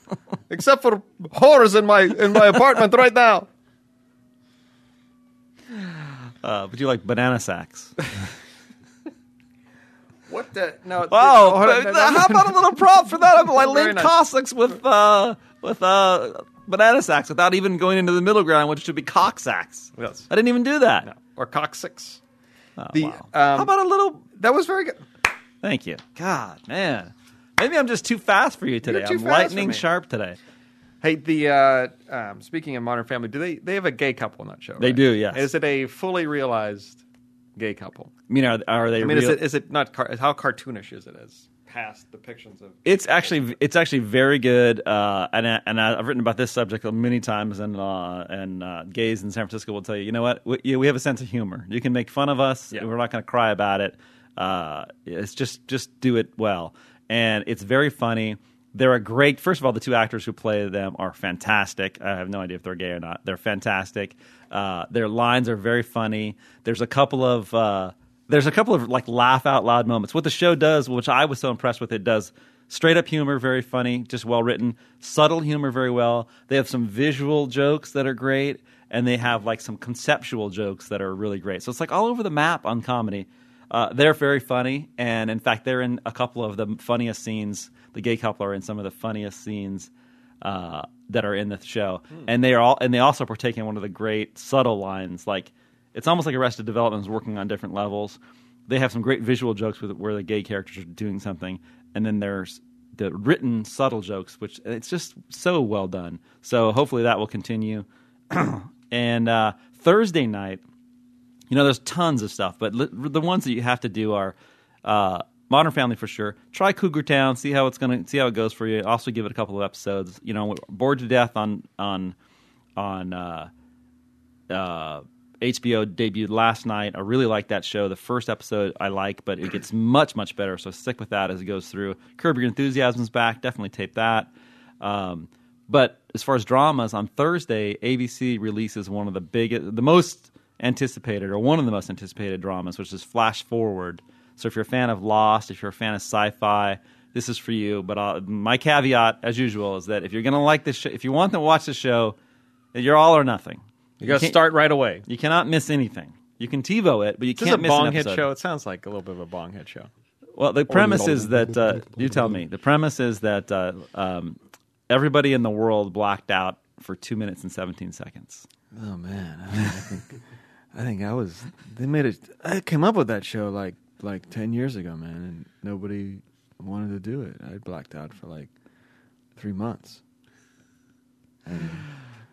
[SPEAKER 4] except for whores in my in my apartment right now.
[SPEAKER 1] Uh, but you like banana sacks.
[SPEAKER 4] What the? No.
[SPEAKER 1] Oh, how about a little prop for that? I
[SPEAKER 4] Very
[SPEAKER 1] linked
[SPEAKER 4] nice.
[SPEAKER 1] Cossacks with uh, with uh, banana sacks without even going into the middle ground, which should be cocksacks.
[SPEAKER 4] Yes.
[SPEAKER 1] I didn't even do that. Oh,
[SPEAKER 4] or Cox six? the
[SPEAKER 1] wow.
[SPEAKER 4] um,
[SPEAKER 1] how about a little?
[SPEAKER 4] that was very good.
[SPEAKER 1] Thank you. God, man. Maybe I'm just too fast for you today.
[SPEAKER 4] You're too
[SPEAKER 1] I'm
[SPEAKER 4] fast for
[SPEAKER 1] lightning
[SPEAKER 4] me.
[SPEAKER 1] sharp today.
[SPEAKER 4] Hey, the uh, um, speaking of Modern Family, do they they have a gay couple on that show?
[SPEAKER 1] They
[SPEAKER 4] right?
[SPEAKER 1] do, yes.
[SPEAKER 4] Is it a fully realized gay couple?
[SPEAKER 1] I mean, are, are they?
[SPEAKER 4] I mean,
[SPEAKER 1] real?
[SPEAKER 4] is it is it not car- how cartoonish is it as past depictions of?
[SPEAKER 1] It's actually it's actually very good, uh, and I, and I- I've written about this subject many times, and uh, and uh, gays in San Francisco will tell you, you know what, we, yeah, we have a sense of humor. You can make fun of us,
[SPEAKER 4] Yeah.
[SPEAKER 1] and we're not going to cry about it. Uh, it's just just do it well, and it's very funny. They're a great. First of all, the two actors who play them are fantastic. I have no idea if they're gay or not. They're fantastic. Uh, their lines are very funny. There's a couple of uh, there's a couple of like laugh out loud moments. What the show does, which I was so impressed with, it does straight up humor, very funny, just well written, subtle humor, very well. They have some visual jokes that are great, and they have like some conceptual jokes that are really great. So it's like all over the map on comedy. Uh, they're very funny, and in fact, they're in a couple of the funniest scenes. The gay couple are in some of the funniest scenes uh, that are in the show, and they are all and they also partake in one of the great subtle lines. Like it's almost like Arrested Development is working on different levels. They have some great visual jokes with where the gay characters are doing something, and then there's the written subtle jokes, which it's just so well done. So hopefully that will continue. and uh, Thursday night, you know, there's tons of stuff, but li- the ones that you have to do are uh, Modern Family for sure. Try Cougar Town, see how it's gonna, see how it goes for you. Also, give it a couple of episodes. You know, we're bored to death on on on uh, uh, HBO debuted last night. I really like that show. The first episode I like, but it gets much much better. So stick with that as it goes through. Curb Your Enthusiasm's back. Definitely tape that. Um, but as far as dramas, on Thursday ABC releases one of the biggest, the most anticipated, or one of the most anticipated dramas, which is Flash Forward. So if you're a fan of Lost, if you're a fan of sci-fi, this is for you. But uh, my caveat, as usual, is that if you're going to like this, sh- if you want to watch the show, you're all or nothing.
[SPEAKER 4] You got to
[SPEAKER 1] can't-
[SPEAKER 4] start right away.
[SPEAKER 1] You cannot miss anything. You can TiVo it, but you
[SPEAKER 4] This is a
[SPEAKER 1] can't miss an
[SPEAKER 4] bong hit
[SPEAKER 1] episode.
[SPEAKER 4] show. It sounds like a little bit of a bong hit show.
[SPEAKER 1] Well, the premise is that uh, you tell me. The premise is that uh, um, everybody in the world blacked out for two minutes and seventeen seconds.
[SPEAKER 4] Oh man, I think I think I was. They made it. I came up with that show like like ten years ago, man, and nobody wanted to do it. I blacked out for like three months.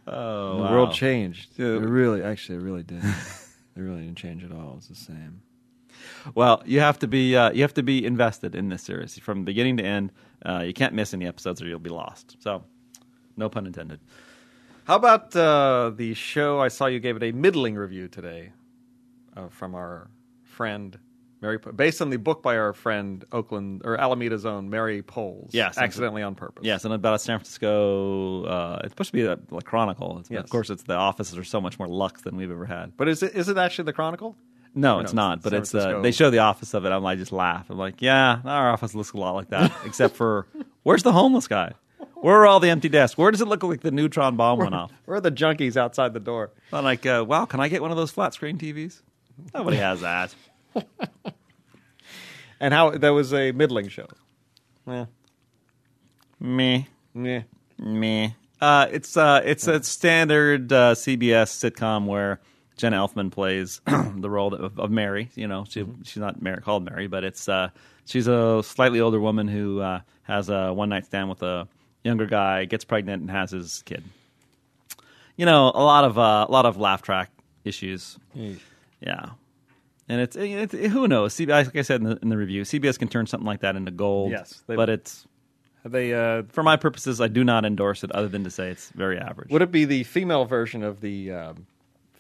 [SPEAKER 1] Oh,
[SPEAKER 4] The world changed. It really, actually, it really did. it really didn't change at all. It's the same.
[SPEAKER 1] Well, you have to be uh, you have to be invested in this series from beginning to end. Uh, you can't miss any episodes, or you'll be lost. So, no pun intended.
[SPEAKER 4] How about uh, the show? I saw you gave it a middling review today uh, from our friend Mary, Po- based on the book by our friend Oakland or Alameda's own Mary Poles.
[SPEAKER 1] Yes,
[SPEAKER 4] accidentally on purpose.
[SPEAKER 1] Yes, and about San Francisco, uh, it's supposed to be a, a chronicle. It's,
[SPEAKER 4] Yes.
[SPEAKER 1] Of course, it's the offices are so much more luxe than we've ever had.
[SPEAKER 4] But is it is it actually the Chronicle?
[SPEAKER 1] No,
[SPEAKER 4] Or
[SPEAKER 1] it's
[SPEAKER 4] no,
[SPEAKER 1] not.
[SPEAKER 4] it's
[SPEAKER 1] but
[SPEAKER 4] San
[SPEAKER 1] it's uh,
[SPEAKER 4] Francisco.
[SPEAKER 1] they show the office of it. I'm like, just laugh. I'm like, yeah, our office looks a lot like that, except for where's the homeless guy? Where are all the empty desks? Where does it look like the neutron bomb went off?
[SPEAKER 4] Where are the junkies outside the door?
[SPEAKER 1] I'm like, uh, wow, can I get one of those flat screen TVs? Nobody has that.
[SPEAKER 4] And how that was a middling show. Yeah.
[SPEAKER 1] Me,
[SPEAKER 4] Yeah.
[SPEAKER 1] me. Uh, it's uh, it's a standard uh, CBS sitcom where Jenna Elfman plays the role of, of Mary. You know, she she's not Mary, called Mary, but it's uh, she's a slightly older woman who uh, has a one night stand with a younger guy, gets pregnant, and has his kid. You know, a lot of uh, a lot of laugh track issues. Yeah. And it's, it's who knows? CBS, like I said in the, in the review, CBS can turn something like that into gold.
[SPEAKER 4] Yes, they-
[SPEAKER 1] but it's
[SPEAKER 4] Have they uh,
[SPEAKER 1] for my purposes, I do not endorse it, other than to say it's very average.
[SPEAKER 4] Would it be the female version of the um,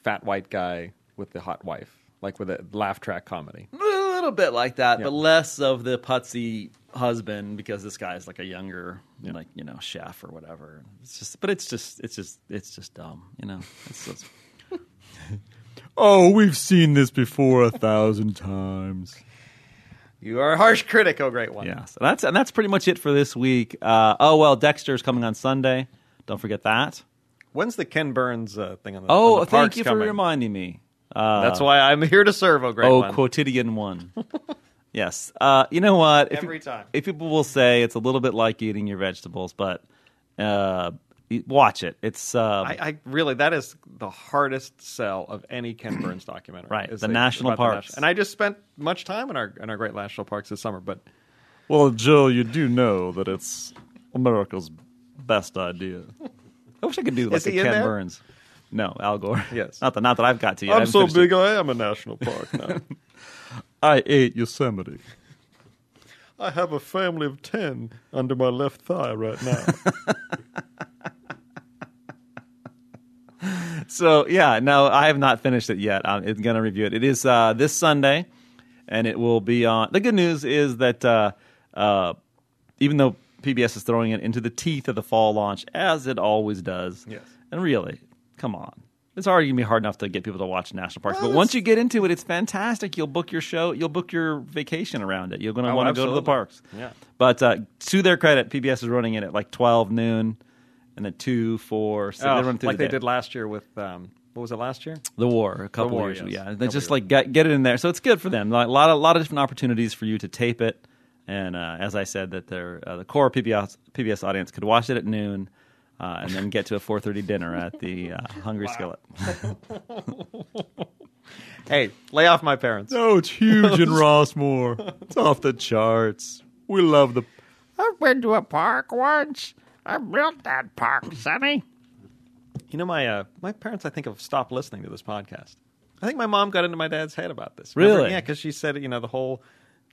[SPEAKER 4] fat white guy with the hot wife, like with a laugh track comedy?
[SPEAKER 1] a little bit like that, but less of the putsy husband because this guy's like a younger, like you know, chef or whatever. It's just, but it's just, it's just, it's just dumb, you know. It's just,
[SPEAKER 3] Oh, we've seen this before a thousand times.
[SPEAKER 4] You are a harsh critic, oh great one.
[SPEAKER 1] yeah, so that's and that's pretty much it for this week. Uh, oh well, Dexter's coming on Sunday. Don't forget that.
[SPEAKER 4] When's the Ken Burns uh, thing on the? on
[SPEAKER 1] Oh,
[SPEAKER 4] the
[SPEAKER 1] thank
[SPEAKER 4] parks
[SPEAKER 1] you
[SPEAKER 4] coming?
[SPEAKER 1] for reminding me. Uh,
[SPEAKER 4] That's why I'm here to serve, oh great
[SPEAKER 1] Oh,
[SPEAKER 4] one.
[SPEAKER 1] quotidian one. yes. Uh, you know what? If
[SPEAKER 4] Every
[SPEAKER 1] you-
[SPEAKER 4] time.
[SPEAKER 1] If people will say it's a little bit like eating your vegetables, but uh, y- watch it. It's uh,
[SPEAKER 4] I, I really that is the hardest sell of any Ken Burns documentary.
[SPEAKER 1] Right,
[SPEAKER 4] is
[SPEAKER 1] the
[SPEAKER 4] they-
[SPEAKER 1] national
[SPEAKER 4] about the
[SPEAKER 1] parks.
[SPEAKER 4] nation- and I just spent much time in our in our great national parks this summer, but
[SPEAKER 3] Well, Joe, you do know that it's America's best idea.
[SPEAKER 1] I wish I could do like
[SPEAKER 4] Is
[SPEAKER 1] a
[SPEAKER 4] he in
[SPEAKER 1] Ken
[SPEAKER 4] there?
[SPEAKER 1] Burns. No, Al Gore.
[SPEAKER 4] Yes.
[SPEAKER 1] not the not that I've got to yet. I
[SPEAKER 4] I'm
[SPEAKER 1] haven't
[SPEAKER 4] so
[SPEAKER 1] finished it.
[SPEAKER 4] big, I am a national park now.
[SPEAKER 3] I ate Yosemite.
[SPEAKER 4] I have a family of ten under my left thigh right now.
[SPEAKER 1] So yeah, no, I have not finished it yet. I'm going to review it. It is uh, this Sunday, and it will be on. The good news is that uh, uh, even though PBS is throwing it into the teeth of the fall launch, as it always does,
[SPEAKER 4] Yes.
[SPEAKER 1] and really, come on. It's already gonna be hard enough to get people to watch national parks, but once you get into it, it's fantastic. You'll book your show, you'll book your vacation around it. You're gonna
[SPEAKER 4] Oh,
[SPEAKER 1] want to go to the
[SPEAKER 4] absolutely.
[SPEAKER 1] parks.
[SPEAKER 4] Yeah.
[SPEAKER 1] But uh, to their credit, PBS is running it at like 12 noon, and then two, four, six.
[SPEAKER 4] Oh,
[SPEAKER 1] they run it through
[SPEAKER 4] like
[SPEAKER 1] the
[SPEAKER 4] they
[SPEAKER 1] day.
[SPEAKER 4] did last year with um, what was it last year?
[SPEAKER 1] The war, a couple
[SPEAKER 4] war,
[SPEAKER 1] years.
[SPEAKER 4] yes.
[SPEAKER 1] Yeah, they
[SPEAKER 4] Couple
[SPEAKER 1] just
[SPEAKER 4] years.
[SPEAKER 1] like get get it in there, so it's good for them. Like, a lot, a lot of different opportunities for you to tape it, and uh, as I said, that their uh, the core PBS PBS audience could watch it at noon, uh, and then get to a four thirty dinner at the uh, Hungry Skillet.
[SPEAKER 4] Hey, lay off my parents.
[SPEAKER 3] Oh, it's huge in Rossmore. It's off the charts. We love the.
[SPEAKER 6] I've been to a park once. I built that park, Sonny.
[SPEAKER 4] You know, my uh, my parents, I think, have stopped listening to this podcast. I think my mom got into my dad's head about this.
[SPEAKER 1] Really?
[SPEAKER 4] Yeah, because she said, you know, the whole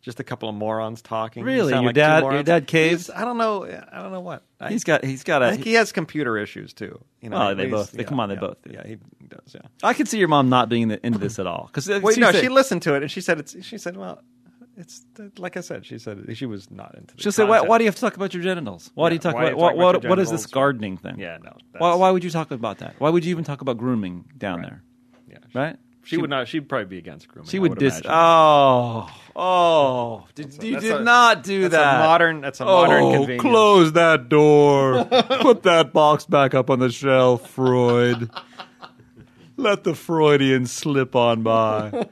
[SPEAKER 4] just a couple of morons talking. You
[SPEAKER 1] Really?
[SPEAKER 4] sound
[SPEAKER 1] Your
[SPEAKER 4] like two
[SPEAKER 1] dad-
[SPEAKER 4] morons.
[SPEAKER 1] your dad caved?
[SPEAKER 4] He's- uh, I don't know. I don't know what. I,
[SPEAKER 1] He's got he's got
[SPEAKER 4] I
[SPEAKER 1] a.
[SPEAKER 4] think he has computer issues too. You know,
[SPEAKER 1] Oh, they
[SPEAKER 4] he's-
[SPEAKER 1] both- they- come on, they
[SPEAKER 4] yeah,
[SPEAKER 1] both do.
[SPEAKER 4] Yeah, he does. Yeah.
[SPEAKER 1] I could see your mom not being the, into this at all uh, because
[SPEAKER 4] Wait, no, she listened to it and she said, it's, she said, well, it's like I said, she said she was not into. The
[SPEAKER 1] She'll say, why, "Why do you have to talk about your genitals? Why do
[SPEAKER 4] Yeah,
[SPEAKER 1] you talk
[SPEAKER 4] why do
[SPEAKER 1] about,
[SPEAKER 4] you talk
[SPEAKER 1] what,
[SPEAKER 4] about
[SPEAKER 1] what,
[SPEAKER 4] your
[SPEAKER 1] what is this
[SPEAKER 4] genitals?"
[SPEAKER 1] gardening thing?
[SPEAKER 4] Yeah, no,
[SPEAKER 1] Why,
[SPEAKER 4] that's-
[SPEAKER 1] why would you talk about that? Why would you even talk about grooming down there?
[SPEAKER 4] you?" Yeah,
[SPEAKER 1] Right?
[SPEAKER 4] She, would not. She'd probably be against grooming.
[SPEAKER 1] She
[SPEAKER 4] I
[SPEAKER 1] would dis.
[SPEAKER 4] imagine.
[SPEAKER 1] Oh, oh! Did, you
[SPEAKER 4] that's
[SPEAKER 1] did
[SPEAKER 4] a-
[SPEAKER 1] not do
[SPEAKER 4] that's a
[SPEAKER 1] that.
[SPEAKER 4] modern- that's a
[SPEAKER 1] Oh,
[SPEAKER 4] modern
[SPEAKER 3] Oh,
[SPEAKER 4] convenience.
[SPEAKER 3] close that door. Put that box back up on the shelf, Freud. Let the Freudian slip on by.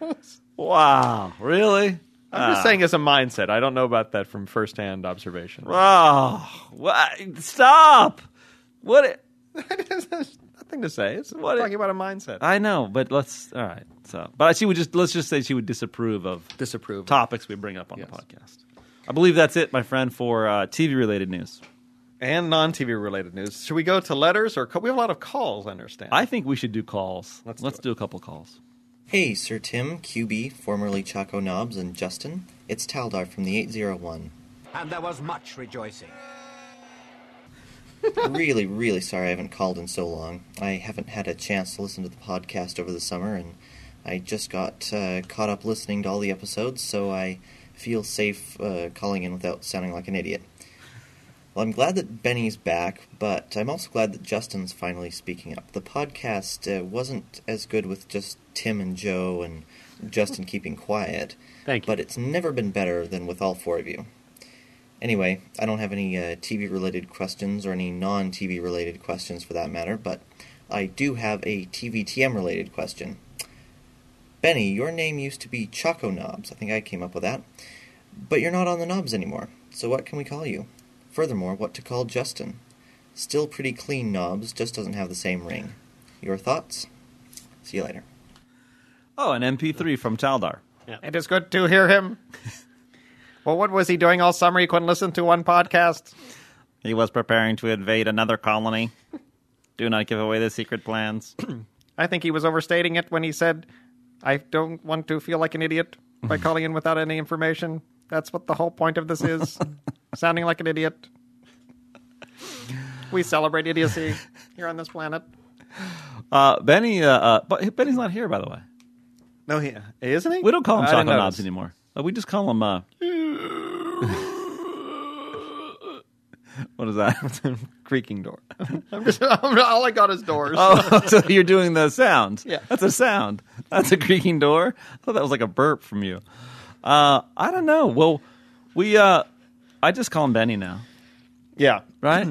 [SPEAKER 1] Wow, really?
[SPEAKER 4] I'm just saying as a mindset. I don't know about that from firsthand observation.
[SPEAKER 1] Oh, what? Stop! What? i-
[SPEAKER 4] There's nothing to say. It's
[SPEAKER 1] What
[SPEAKER 4] talking
[SPEAKER 1] it-
[SPEAKER 4] about a mindset.
[SPEAKER 1] I know, but let's. All right. So, but she would just. Let's just say she would disapprove of
[SPEAKER 4] disapprove.
[SPEAKER 1] topics we bring up on
[SPEAKER 4] Yes.
[SPEAKER 1] the podcast. I believe that's it, my friend, for uh, TV-related news.
[SPEAKER 4] And non TV related news. Should we go to letters or co- we have a lot of calls, I understand.
[SPEAKER 1] I think we should do calls.
[SPEAKER 4] Let's
[SPEAKER 1] Let's,
[SPEAKER 4] do it.
[SPEAKER 1] do, a couple calls.
[SPEAKER 7] Hey, Sir Tim, QB, formerly Chaco Knobs, and Justin. It's Taldar from the 801.
[SPEAKER 8] And there was much rejoicing.
[SPEAKER 7] really, really sorry I haven't called in so long. I haven't had a chance to listen to the podcast over the summer, and I just got uh, caught up listening to all the episodes, so I feel safe uh, calling in without sounding like an idiot. Well, I'm glad that Benny's back, but I'm also glad that Justin's finally speaking up. The podcast uh, wasn't as good with just Tim and Joe and Justin keeping quiet.
[SPEAKER 5] Thank you.
[SPEAKER 7] But it's never been better than with all four of you. Anyway, I don't have any uh, TV related questions or any non TV related questions for that matter, but I do have a TVTM related question. Benny, your name used to be Choco Knobs. I think I came up with that. But you're not on the knobs anymore, so what can we call you? Furthermore, what to call Justin? Still pretty clean knobs, just doesn't have the same ring. Your thoughts? See you later.
[SPEAKER 1] Oh, an MP3 from Taldar.
[SPEAKER 6] It is good to hear him. well, what was he doing all summer? He couldn't listen to one podcast.
[SPEAKER 1] He was preparing to invade another colony. Do not give away the secret plans.
[SPEAKER 6] I think he was overstating it when he said, I don't want to feel like an idiot by calling in without any information. That's what the whole point of this is sounding like an idiot. We celebrate idiocy here on this planet.
[SPEAKER 1] Uh, Benny, uh, uh, but Benny's not here, by the way.
[SPEAKER 4] No, he isn't he.
[SPEAKER 1] We don't call him
[SPEAKER 4] I didn't
[SPEAKER 1] chocolate knobs
[SPEAKER 4] notice.
[SPEAKER 1] anymore. Uh, we just call him. Uh, what is that?
[SPEAKER 4] Creaking door.
[SPEAKER 6] I'm just, all I got is doors.
[SPEAKER 1] oh, so you're doing the sound.
[SPEAKER 6] Yeah.
[SPEAKER 1] that's a sound. That's a creaking door. I thought that was like a burp from you. Uh, I don't know. Well, we. Uh, I just call him Benny now,
[SPEAKER 4] Yeah,
[SPEAKER 1] right?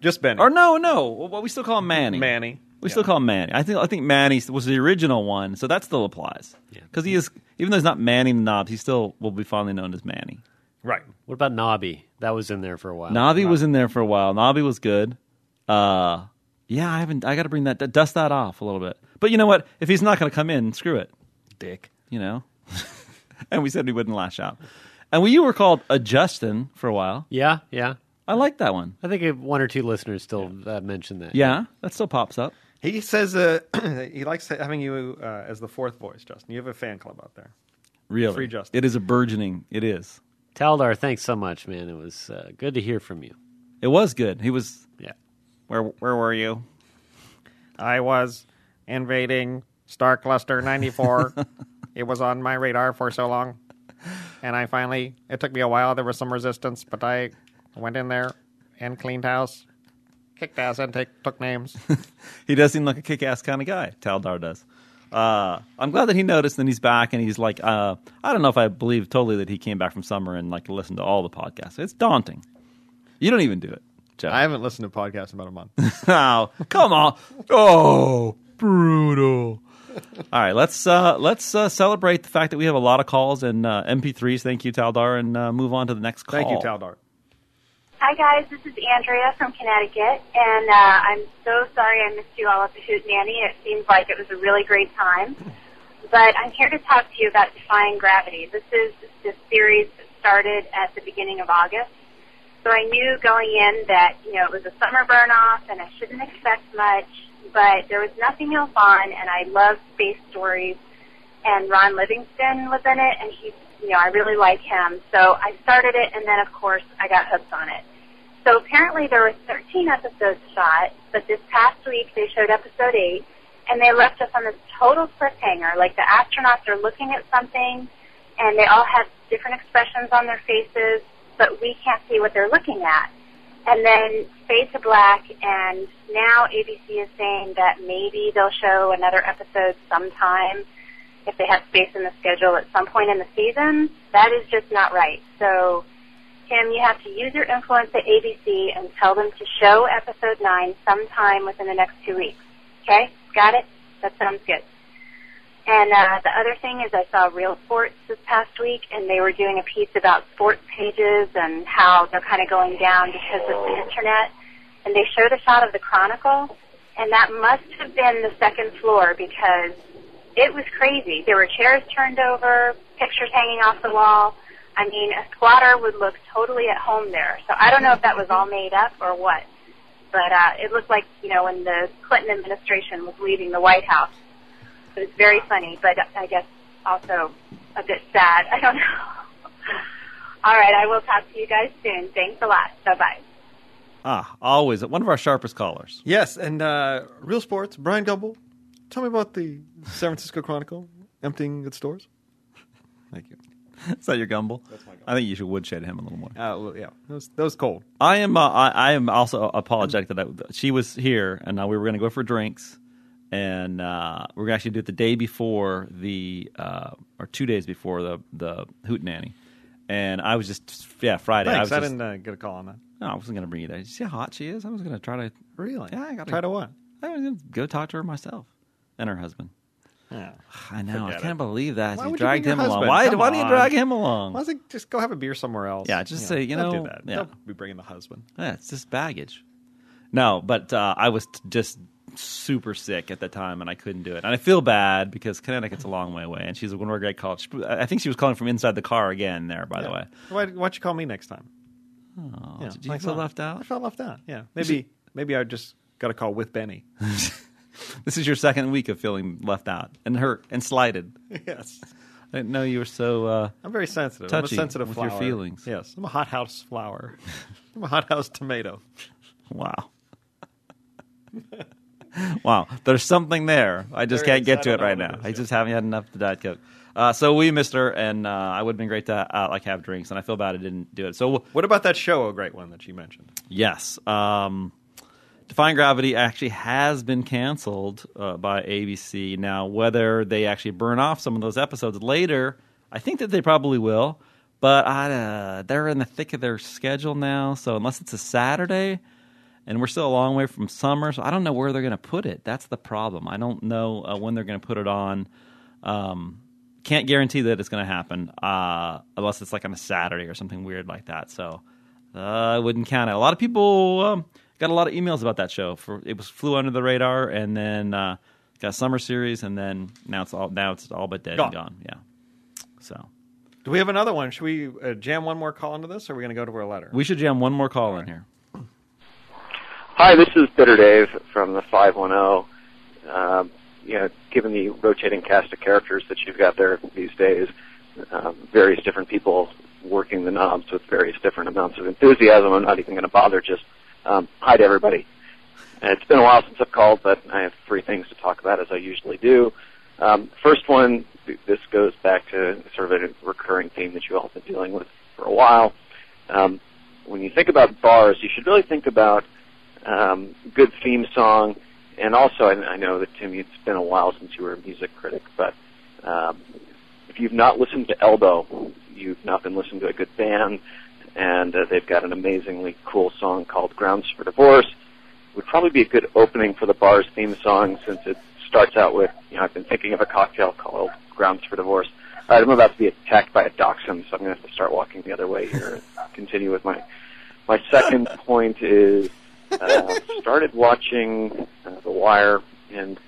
[SPEAKER 4] just Benny
[SPEAKER 1] or no, no. Well, we still call him Manny.
[SPEAKER 4] Mm. Manny.
[SPEAKER 1] We still call him Manny. I think I think Manny was the original one, so that still applies. Because he is, even though he's not Manny the Knobs, he still will be fondly known as Manny.
[SPEAKER 4] Right.
[SPEAKER 5] What about Nobby? That was in there for a while.
[SPEAKER 1] Nobby was in there for a while. Nobby was good. Uh, yeah, I haven't. I got to bring that dust that off a little bit. But you know what? If he's not going to come in, screw it.
[SPEAKER 4] Dick.
[SPEAKER 1] You know. and we said we wouldn't lash out. And we you were called a Justin for a while.
[SPEAKER 5] Yeah, yeah.
[SPEAKER 1] I like that one.
[SPEAKER 5] I think if one or two listeners still uh, mentioned that.
[SPEAKER 1] Yeah, that still pops up.
[SPEAKER 4] He says uh, he likes having you uh, as the fourth voice, Justin. You have a fan club out there.
[SPEAKER 1] Really,
[SPEAKER 4] Free Justin.
[SPEAKER 1] It is a burgeoning. It is.
[SPEAKER 5] Taldar, thanks so much, man. It was uh, good to hear from you.
[SPEAKER 1] It was good. He was.
[SPEAKER 5] Yeah.
[SPEAKER 1] Where where were you?
[SPEAKER 6] I was invading Star Cluster 94. it was on my radar for so long. And I finally, it took me a while. There was some resistance, but I went in there and cleaned house, kicked ass, and take, took names.
[SPEAKER 1] He does seem like a kick-ass kind of guy. Taldar does. Uh, I'm glad that he noticed and he's back and he's like, uh, I don't know if I believe totally that he came back from summer and like listened to all the podcasts. It's daunting. You don't even do it, Joe.
[SPEAKER 4] I haven't listened to podcasts in about a month.
[SPEAKER 1] oh, come on.
[SPEAKER 3] Oh, brutal.
[SPEAKER 1] All right, let's uh, let's uh, celebrate the fact that we have a lot of calls and uh, MP3s. Thank you, Taldar, and uh, move on to the next call.
[SPEAKER 6] Oh.
[SPEAKER 4] Thank you, Taldar.
[SPEAKER 9] Hi guys, this is Andrea from Connecticut, and uh, I'm so sorry I missed you all at the Hoot Nanny. It seems like it was a really great time, but I'm here to talk to you about defying gravity. This is the series that started at the beginning of August, so I knew going in that you know it was a summer burn off, and I shouldn't expect much, but there was nothing else on, and I love space stories and Ron Livingston was in it, and he, you know, I really like him. So I started it, and then of course I got hooked on it. So apparently there were 13 episodes shot, but this past week they showed episode eight, and they left us on this total cliffhanger. Like the astronauts are looking at something, and they all have different expressions on their faces, but we can't see what they're looking at. And then fade to black, and now ABC is saying that maybe they'll show another episode sometime if they have space in the schedule at some point in the season, that is just not right. So, Tim, you have to use your influence at ABC and tell them to show episode 9 sometime within the next two weeks. Okay? Got it? That sounds good. And uh, the other thing is I saw Real Sports this past week, and they were doing a piece about sports pages and how they're kind of going down because of the Internet. And they showed a shot of the Chronicle, and that must have been the second floor because it was crazy. There were chairs turned over, pictures hanging off the wall. I mean, a squatter would look totally at home there. So I don't know if that was all made up or what. But uh, it looked like, you know, when the Clinton administration was leaving the White House, it was very funny, but I guess also a bit sad. I don't know. All right, I will talk to you guys soon. Thanks a lot. Bye bye.
[SPEAKER 1] Ah, always one of our sharpest callers.
[SPEAKER 4] Yes, and uh, Real Sports, Brian Gumble, tell me about the San Francisco Chronicle emptying its doors. Thank you.
[SPEAKER 1] Is that your gumble? That's my gumble. I think you should woodshed him a little more.
[SPEAKER 4] Uh, well, yeah, that was, that was cold.
[SPEAKER 1] I am. Uh, I, I am also apologetic that I, she was here, and uh, we were going to go for drinks, and uh, we are going to actually do it the day before the, uh, or two days before the the hootenanny, and I was just yeah Friday.
[SPEAKER 4] Thanks,
[SPEAKER 1] I
[SPEAKER 4] I
[SPEAKER 1] was just,
[SPEAKER 4] didn't uh, get a call on that.
[SPEAKER 1] no, I wasn't going to bring you there. Did you see how hot she is? I was going to try to.
[SPEAKER 4] Really?
[SPEAKER 1] Yeah, I got
[SPEAKER 4] try to what?
[SPEAKER 1] I was going to go talk to her myself and her husband.
[SPEAKER 4] Yeah.
[SPEAKER 1] I know. I
[SPEAKER 4] Forget
[SPEAKER 1] can't believe that
[SPEAKER 4] Why
[SPEAKER 1] you
[SPEAKER 4] would you
[SPEAKER 1] dragged
[SPEAKER 4] bring
[SPEAKER 1] him
[SPEAKER 4] your
[SPEAKER 1] along.
[SPEAKER 4] husband?
[SPEAKER 1] Why?
[SPEAKER 4] Come
[SPEAKER 1] Why do you
[SPEAKER 4] on.
[SPEAKER 1] drag him along?
[SPEAKER 4] Why doesn't just go have a beer somewhere else?
[SPEAKER 1] Yeah, just say, you
[SPEAKER 4] don't
[SPEAKER 1] know,
[SPEAKER 4] do that.
[SPEAKER 1] yeah.
[SPEAKER 4] Don't be bringing the husband.
[SPEAKER 1] Yeah, it's just baggage. No, but uh, I was t- just super sick at the time, and I couldn't do it. And I feel bad because Connecticut's a long way away, and she's one of our great college. she- I think she was calling from inside the car again. There, by the way.
[SPEAKER 4] Why, why don't you call me next time?
[SPEAKER 1] Oh,
[SPEAKER 4] Yeah,
[SPEAKER 1] did you
[SPEAKER 4] like
[SPEAKER 1] feel
[SPEAKER 4] that.
[SPEAKER 1] left
[SPEAKER 4] I
[SPEAKER 1] out?
[SPEAKER 4] felt left out. Yeah, maybe maybe I just got a call with Benny.
[SPEAKER 1] This is your second week of feeling left out and hurt and slighted.
[SPEAKER 4] yes,
[SPEAKER 1] I didn't know you were so. Uh,
[SPEAKER 4] I'm very sensitive. I'm a
[SPEAKER 1] Touchy
[SPEAKER 4] sensitive
[SPEAKER 1] with your
[SPEAKER 4] flower.
[SPEAKER 1] feelings.
[SPEAKER 4] Yes, I'm a hothouse flower. I'm a hothouse tomato.
[SPEAKER 1] wow. wow, there's something there. I just
[SPEAKER 4] There
[SPEAKER 1] can't
[SPEAKER 4] is.
[SPEAKER 1] get
[SPEAKER 4] I
[SPEAKER 1] to
[SPEAKER 4] don't
[SPEAKER 1] it
[SPEAKER 4] know
[SPEAKER 1] right
[SPEAKER 4] what it
[SPEAKER 1] now.
[SPEAKER 4] is
[SPEAKER 1] I
[SPEAKER 4] yet.
[SPEAKER 1] just haven't had enough to Diet Coke. Uh, so we missed her, and uh, I would have been great to uh, like have drinks, and I feel bad I didn't do it. So we'll-
[SPEAKER 4] What about that show? A great one that you mentioned.
[SPEAKER 1] Yes. Um, Defying Gravity actually has been canceled uh, by ABC. Now, whether they actually burn off some of those episodes later, I think that they probably will. But I, uh, they're in the thick of their schedule now. So, unless it's a Saturday, and we're still a long way from summer, so I don't know where they're going to put it. That's the problem. I don't know uh, when they're going to put it on. Um, can't guarantee that it's going to happen uh, unless it's like on a Saturday or something weird like that. So uh, I wouldn't count it. A lot of people um, got a lot of emails about that show. For it was flew under the radar, and then uh, got a summer series, and then now it's all now it's all but dead and
[SPEAKER 4] Gone.
[SPEAKER 1] gone. Yeah. So
[SPEAKER 4] Do we have another one? Should we uh, jam one more call into this, or are we going to go to our letter?
[SPEAKER 1] we should jam one more call in here.
[SPEAKER 10] Hi, this is Bitter Dave from the 510. Um, you know, given the rotating cast of characters that you've got there these days, um, various different people working the knobs with various different amounts of enthusiasm, I'm not even going to bother. Just um, hi to everybody. And it's been a while since I've called, but I have three things to talk about as I usually do. Um, first one, th- this goes back to sort of a recurring theme that you all have been dealing with for a while. Um, when you think about bars, you should really think about um, good theme song, and also I, I know that Tim, it's been a while since you were a music critic, but um, if you've not listened to Elbow, you've not been listening to a good band, and uh, they've got an amazingly cool song called "Grounds for Divorce." Would probably be a good opening for the bar's theme song since it starts out with, you know, I've been thinking of a cocktail called "Grounds for Divorce." All right, I'm about to be attacked by a dachshund, so I'm going to have to start walking the other way here and continue with my. My second point is uh, started watching uh, The Wire, and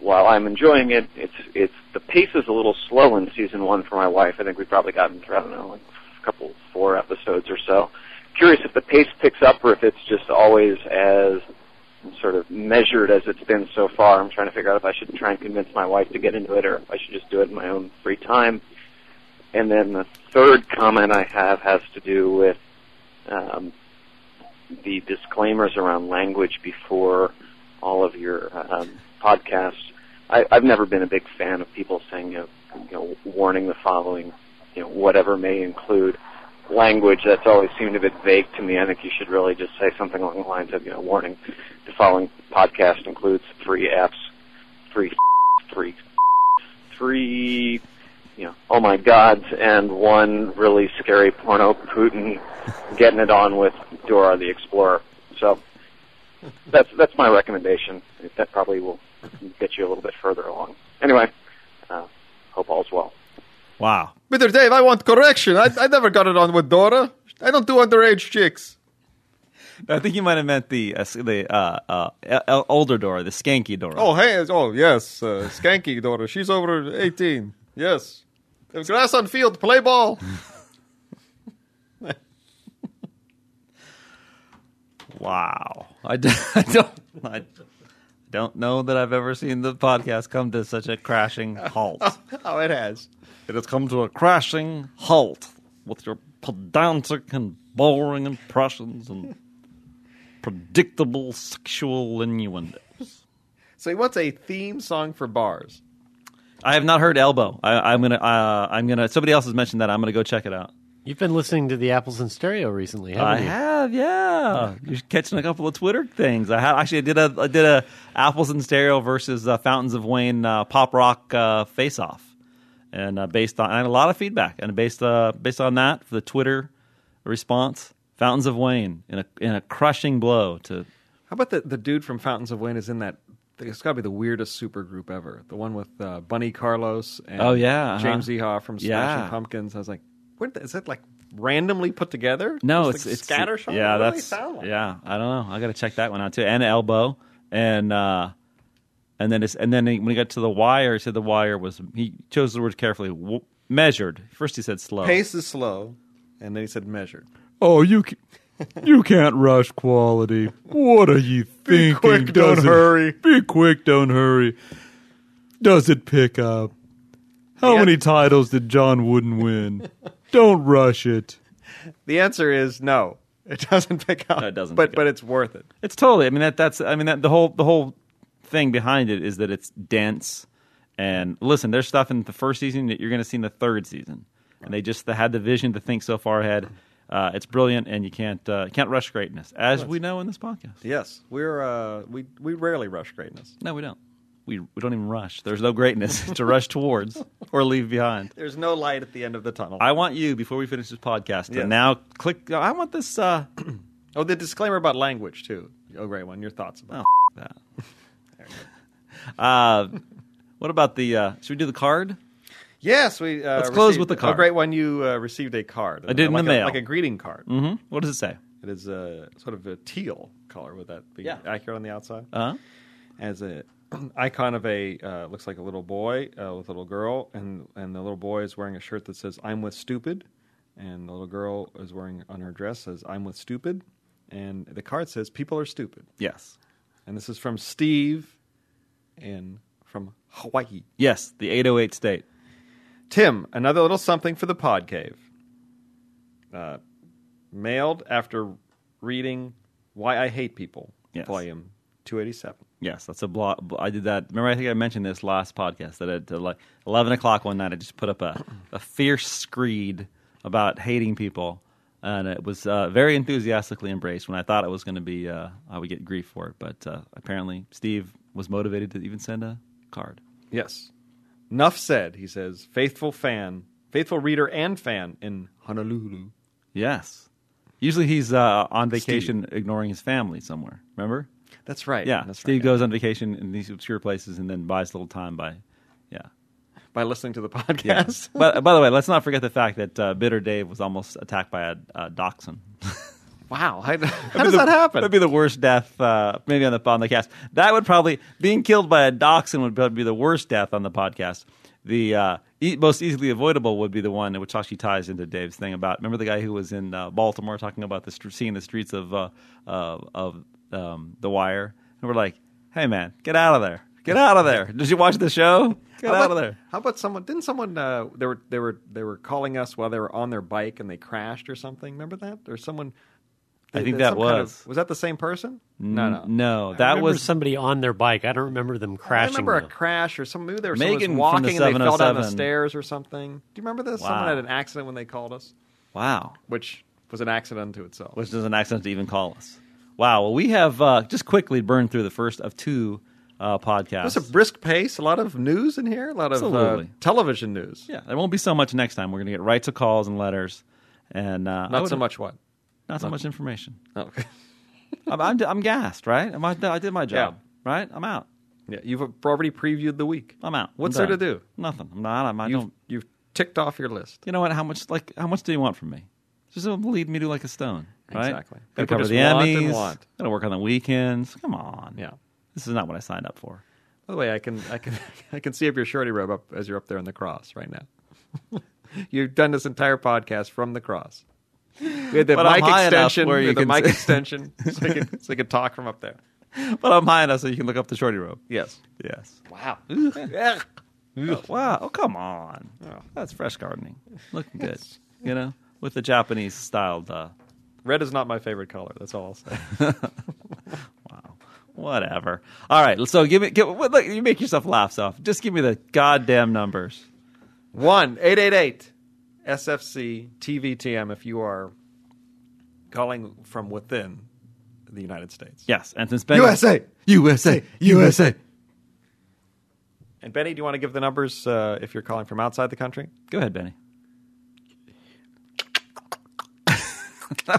[SPEAKER 10] while I'm enjoying it, it's it's the pace is a little slow in season one for my wife. I think we've probably gotten through I don't know like a couple four episodes or so. Curious if the pace picks up or if it's just always as sort of measured as it's been so far. I'm trying to figure out if I should try and convince my wife to get into it or if I should just do it in my own free time. And then the third comment I have has to do with um, the disclaimers around language before all of your um, podcasts. I, I've never been a big fan of people saying, you know, you know, warning the following, you know, whatever may include language. That's always seemed a bit vague to me. I think you should really just say something along the lines of, you know, warning the following podcast includes three Fs, three, three, three, you know, oh my gods, and one really scary porno Putin getting it on with Dora the Explorer. So that's that's my recommendation. That probably will get you a little bit further along. Anyway, uh, hope all's well.
[SPEAKER 1] Wow.
[SPEAKER 3] Mr. Dave, I want correction. I, I never got it on with Dora. I don't do underage chicks.
[SPEAKER 1] I think you might have meant the uh, s- the uh, uh, el- el- older Dora, the skanky Dora.
[SPEAKER 3] Oh, hey, it's- oh, yes, uh, Skanky Dora. She's over 18. Yes. There's grass on field, play ball.
[SPEAKER 1] Wow. I, d- I don't I don't know that I've ever seen the podcast come to such a crashing halt.
[SPEAKER 4] Oh, it has.
[SPEAKER 1] it has come to a crashing halt with your pedantic and boring impressions and predictable sexual innuendos.
[SPEAKER 4] So he wants a theme song for bars.
[SPEAKER 1] I have not heard Elbow. I, I'm gonna. Uh, I'm gonna. Somebody else has mentioned that. I'm gonna go check it out.
[SPEAKER 5] You've been listening to the Apples in Stereo recently,
[SPEAKER 1] I
[SPEAKER 5] haven't you?
[SPEAKER 1] have, yeah. You're catching a couple of Twitter things. I have, actually I did a I did a Apples and Stereo versus uh, Fountains of Wayne uh, pop rock uh, face off, and uh, based on and a lot of feedback and based uh, based on that for the Twitter response, Fountains of Wayne in a in a crushing blow to
[SPEAKER 4] How about the, the dude from Fountains of Wayne is in that? It's got to be the weirdest supergroup ever. The one with uh, Bunny Carlos and
[SPEAKER 1] Oh, yeah, uh-huh.
[SPEAKER 4] James Eha from Smashing
[SPEAKER 1] Yeah.
[SPEAKER 4] Pumpkins. I was like, where the, is that like randomly put together?
[SPEAKER 1] No,
[SPEAKER 4] Just,
[SPEAKER 1] it's, it's
[SPEAKER 4] like scattershot.
[SPEAKER 1] Yeah,
[SPEAKER 4] What do they
[SPEAKER 1] that's
[SPEAKER 4] sound like?
[SPEAKER 1] yeah. I don't know. I got to check that one out too. And elbow, and uh, and then it's, and then when he got to the wire, he said the wire was he chose the words carefully. W- measured. First he said slow.
[SPEAKER 4] Pace is slow, and then he said measured.
[SPEAKER 3] Oh, you ca- you can't rush quality. What are you thinking?
[SPEAKER 4] quick, don't
[SPEAKER 3] Does it-
[SPEAKER 4] hurry.
[SPEAKER 3] Be quick, don't hurry. Does it pick up? How
[SPEAKER 4] Yeah.
[SPEAKER 3] many titles did John Wooden win? don't rush it.
[SPEAKER 4] The answer is no. It doesn't pick up.
[SPEAKER 1] No, it doesn't
[SPEAKER 4] But
[SPEAKER 1] pick
[SPEAKER 4] but
[SPEAKER 1] up.
[SPEAKER 4] it's worth it.
[SPEAKER 1] It's totally. I mean that that's. I mean that the whole the whole thing behind it is that it's dense. And listen, there's stuff in the first season that you're going to see in the third season, and they just had the vision to think so far ahead. Uh, it's brilliant, and you can't uh, can't rush greatness, as we know in this podcast.
[SPEAKER 4] Yes, we're uh, we we rarely rush greatness.
[SPEAKER 1] No, we don't. We, we don't even rush. There's no greatness to rush towards or leave behind.
[SPEAKER 4] There's no light at the end of the tunnel.
[SPEAKER 1] I want you before we finish this podcast to
[SPEAKER 4] Yes.
[SPEAKER 1] now click. I want this. Uh,
[SPEAKER 4] oh, the disclaimer about language too. Oh, great one. Your thoughts about? it.
[SPEAKER 1] that. uh, what about the? Uh, should we do the card?
[SPEAKER 4] Yes, we. Uh,
[SPEAKER 1] Let's close
[SPEAKER 4] received-
[SPEAKER 1] with the card.
[SPEAKER 4] Oh, great one. You uh, received a card.
[SPEAKER 1] I did in
[SPEAKER 4] like
[SPEAKER 1] the
[SPEAKER 4] a,
[SPEAKER 1] mail.
[SPEAKER 4] like a greeting card.
[SPEAKER 1] Mm-hmm. What does it say?
[SPEAKER 4] It is a sort of a teal color. Would that be
[SPEAKER 1] Yeah.
[SPEAKER 4] accurate on the outside?
[SPEAKER 1] Uh,
[SPEAKER 4] as a icon of a uh, looks like a little boy uh, with a little girl, and and the little boy is wearing a shirt that says "I'm with stupid," and the little girl is wearing on her dress says "I'm with stupid," and the card says "People are stupid,"
[SPEAKER 1] yes,
[SPEAKER 4] and this is from Steve, in from Hawaii.
[SPEAKER 1] yes. The 808 state.
[SPEAKER 4] Tim, another little something for the pod cave. Uh, mailed after reading "Why I Hate People,"
[SPEAKER 1] Yes.
[SPEAKER 4] volume two eighty seven.
[SPEAKER 1] Yes, that's a blog. I did that. Remember, I think I mentioned this last podcast that at uh, like eleven o'clock one night, I just put up a, a fierce screed about hating people, and it was uh, very enthusiastically embraced. When I thought it was going to be, uh, I would get grief for it, but uh, apparently Steve was motivated to even send a card.
[SPEAKER 4] Yes. Nuff said, he says, faithful fan, faithful reader and fan in Honolulu.
[SPEAKER 1] Yes, usually he's uh, on vacation, ignoring his family somewhere. Remember?
[SPEAKER 4] That's right.
[SPEAKER 1] Yeah,
[SPEAKER 4] That's
[SPEAKER 1] Steve
[SPEAKER 4] right.
[SPEAKER 1] goes on vacation in these obscure places and then buys a little time by, yeah.
[SPEAKER 4] By listening to the podcast.
[SPEAKER 1] but uh, by the way, let's not forget the fact that uh, Bitter Dave was almost attacked by a, a dachshund.
[SPEAKER 4] wow. How, how does that happen?
[SPEAKER 1] That'd be the worst death, uh, maybe on the on the cast. That would probably being killed by a dachshund would probably be the worst death on the podcast. The uh, e- most easily avoidable would be the one which actually ties into Dave's thing about. Remember the guy who was in uh, Baltimore talking about the str- seeing the streets of uh, uh, of um, the Wire, and we're like, "Hey man, get out of there! Get out of there! Did you watch the show? Get
[SPEAKER 4] How
[SPEAKER 1] out of
[SPEAKER 4] about-
[SPEAKER 1] there!"
[SPEAKER 4] How about someone? Didn't someone? Uh, they were they were they were calling us while they were on their bike and they crashed or something. Remember that? Or someone?
[SPEAKER 1] I think
[SPEAKER 4] there's
[SPEAKER 1] that
[SPEAKER 4] some kind
[SPEAKER 1] was.
[SPEAKER 4] of- was that the same person? No, no.
[SPEAKER 1] No,
[SPEAKER 5] I
[SPEAKER 1] that
[SPEAKER 5] remember
[SPEAKER 1] was
[SPEAKER 5] somebody on their bike. I don't remember them
[SPEAKER 4] I
[SPEAKER 5] crashing.
[SPEAKER 4] remember
[SPEAKER 5] though.
[SPEAKER 4] a crash or some. Maybe there was
[SPEAKER 1] Megan
[SPEAKER 4] someone
[SPEAKER 1] from
[SPEAKER 4] was walking
[SPEAKER 1] the
[SPEAKER 4] and they fell down the
[SPEAKER 1] 707.
[SPEAKER 4] stairs or something. Do you remember this?
[SPEAKER 1] Wow.
[SPEAKER 4] Someone had an accident when they called us,
[SPEAKER 1] wow.
[SPEAKER 4] which was an accident unto itself.
[SPEAKER 1] which doesn't accent to even call us. Wow. Well, we have uh, just quickly burned through the first of two uh, podcasts.
[SPEAKER 4] That's a brisk pace. A lot of news in here. A lot of uh,
[SPEAKER 1] Absolutely.
[SPEAKER 4] television news.
[SPEAKER 1] yeah, there won't be so much next time. We're going to get right to calls and letters, and uh, I
[SPEAKER 4] Not
[SPEAKER 1] would-
[SPEAKER 4] so much what.
[SPEAKER 1] Not so much information.
[SPEAKER 4] Oh,
[SPEAKER 1] I'm, I'm, I'm gassed, right? Am I, I did my job, right? I'm out.
[SPEAKER 4] yeah. You've already previewed the week.
[SPEAKER 1] I'm out.
[SPEAKER 4] What's
[SPEAKER 1] I'm
[SPEAKER 4] there to
[SPEAKER 1] done.
[SPEAKER 4] do?
[SPEAKER 1] Nothing. I'm not. I'm, I
[SPEAKER 4] You've,
[SPEAKER 1] don't.
[SPEAKER 4] you've ticked off your list.
[SPEAKER 1] You know what? How much? Like, how much do you want from me? Just don't lead me to like a stone, right?
[SPEAKER 4] Exactly.
[SPEAKER 1] Gotta
[SPEAKER 4] People
[SPEAKER 1] cover
[SPEAKER 4] just
[SPEAKER 1] the
[SPEAKER 4] want and
[SPEAKER 1] Emmys.
[SPEAKER 4] want.
[SPEAKER 1] Gotta work on the weekends. Come on.
[SPEAKER 4] Yeah.
[SPEAKER 1] This is not what I signed up for.
[SPEAKER 4] By the way, I can I can I can see if your shorty robe up as you're up there on the cross right now. you've done this entire podcast from the cross. We had the
[SPEAKER 1] But I'm
[SPEAKER 4] mic
[SPEAKER 1] high enough
[SPEAKER 4] extension.
[SPEAKER 1] where
[SPEAKER 4] we
[SPEAKER 1] you
[SPEAKER 4] had the
[SPEAKER 1] can
[SPEAKER 4] mic
[SPEAKER 1] see-
[SPEAKER 4] extension, so you could, so you could talk from up there.
[SPEAKER 1] But I'm high enough so you can look up the shorty rope.
[SPEAKER 4] Yes.
[SPEAKER 1] Yes.
[SPEAKER 4] Wow. Yeah.
[SPEAKER 1] Oh, wow. Oh, come on. That's fresh gardening. Looking good. You know, with the Japanese styled, uh,
[SPEAKER 4] Red is not my favorite color. That's all I'll say.
[SPEAKER 1] whatever. All right. So give me, give, what- look, you make yourself laugh, off. Just give me the goddamn numbers.
[SPEAKER 4] One eight eight eight SFC TVTM if you are calling from within the United States.
[SPEAKER 1] Yes. And since Ben,
[SPEAKER 3] USA, USA.
[SPEAKER 4] And Benny, do you want to give the numbers uh, if you're calling from outside the country?
[SPEAKER 1] go ahead, Benny.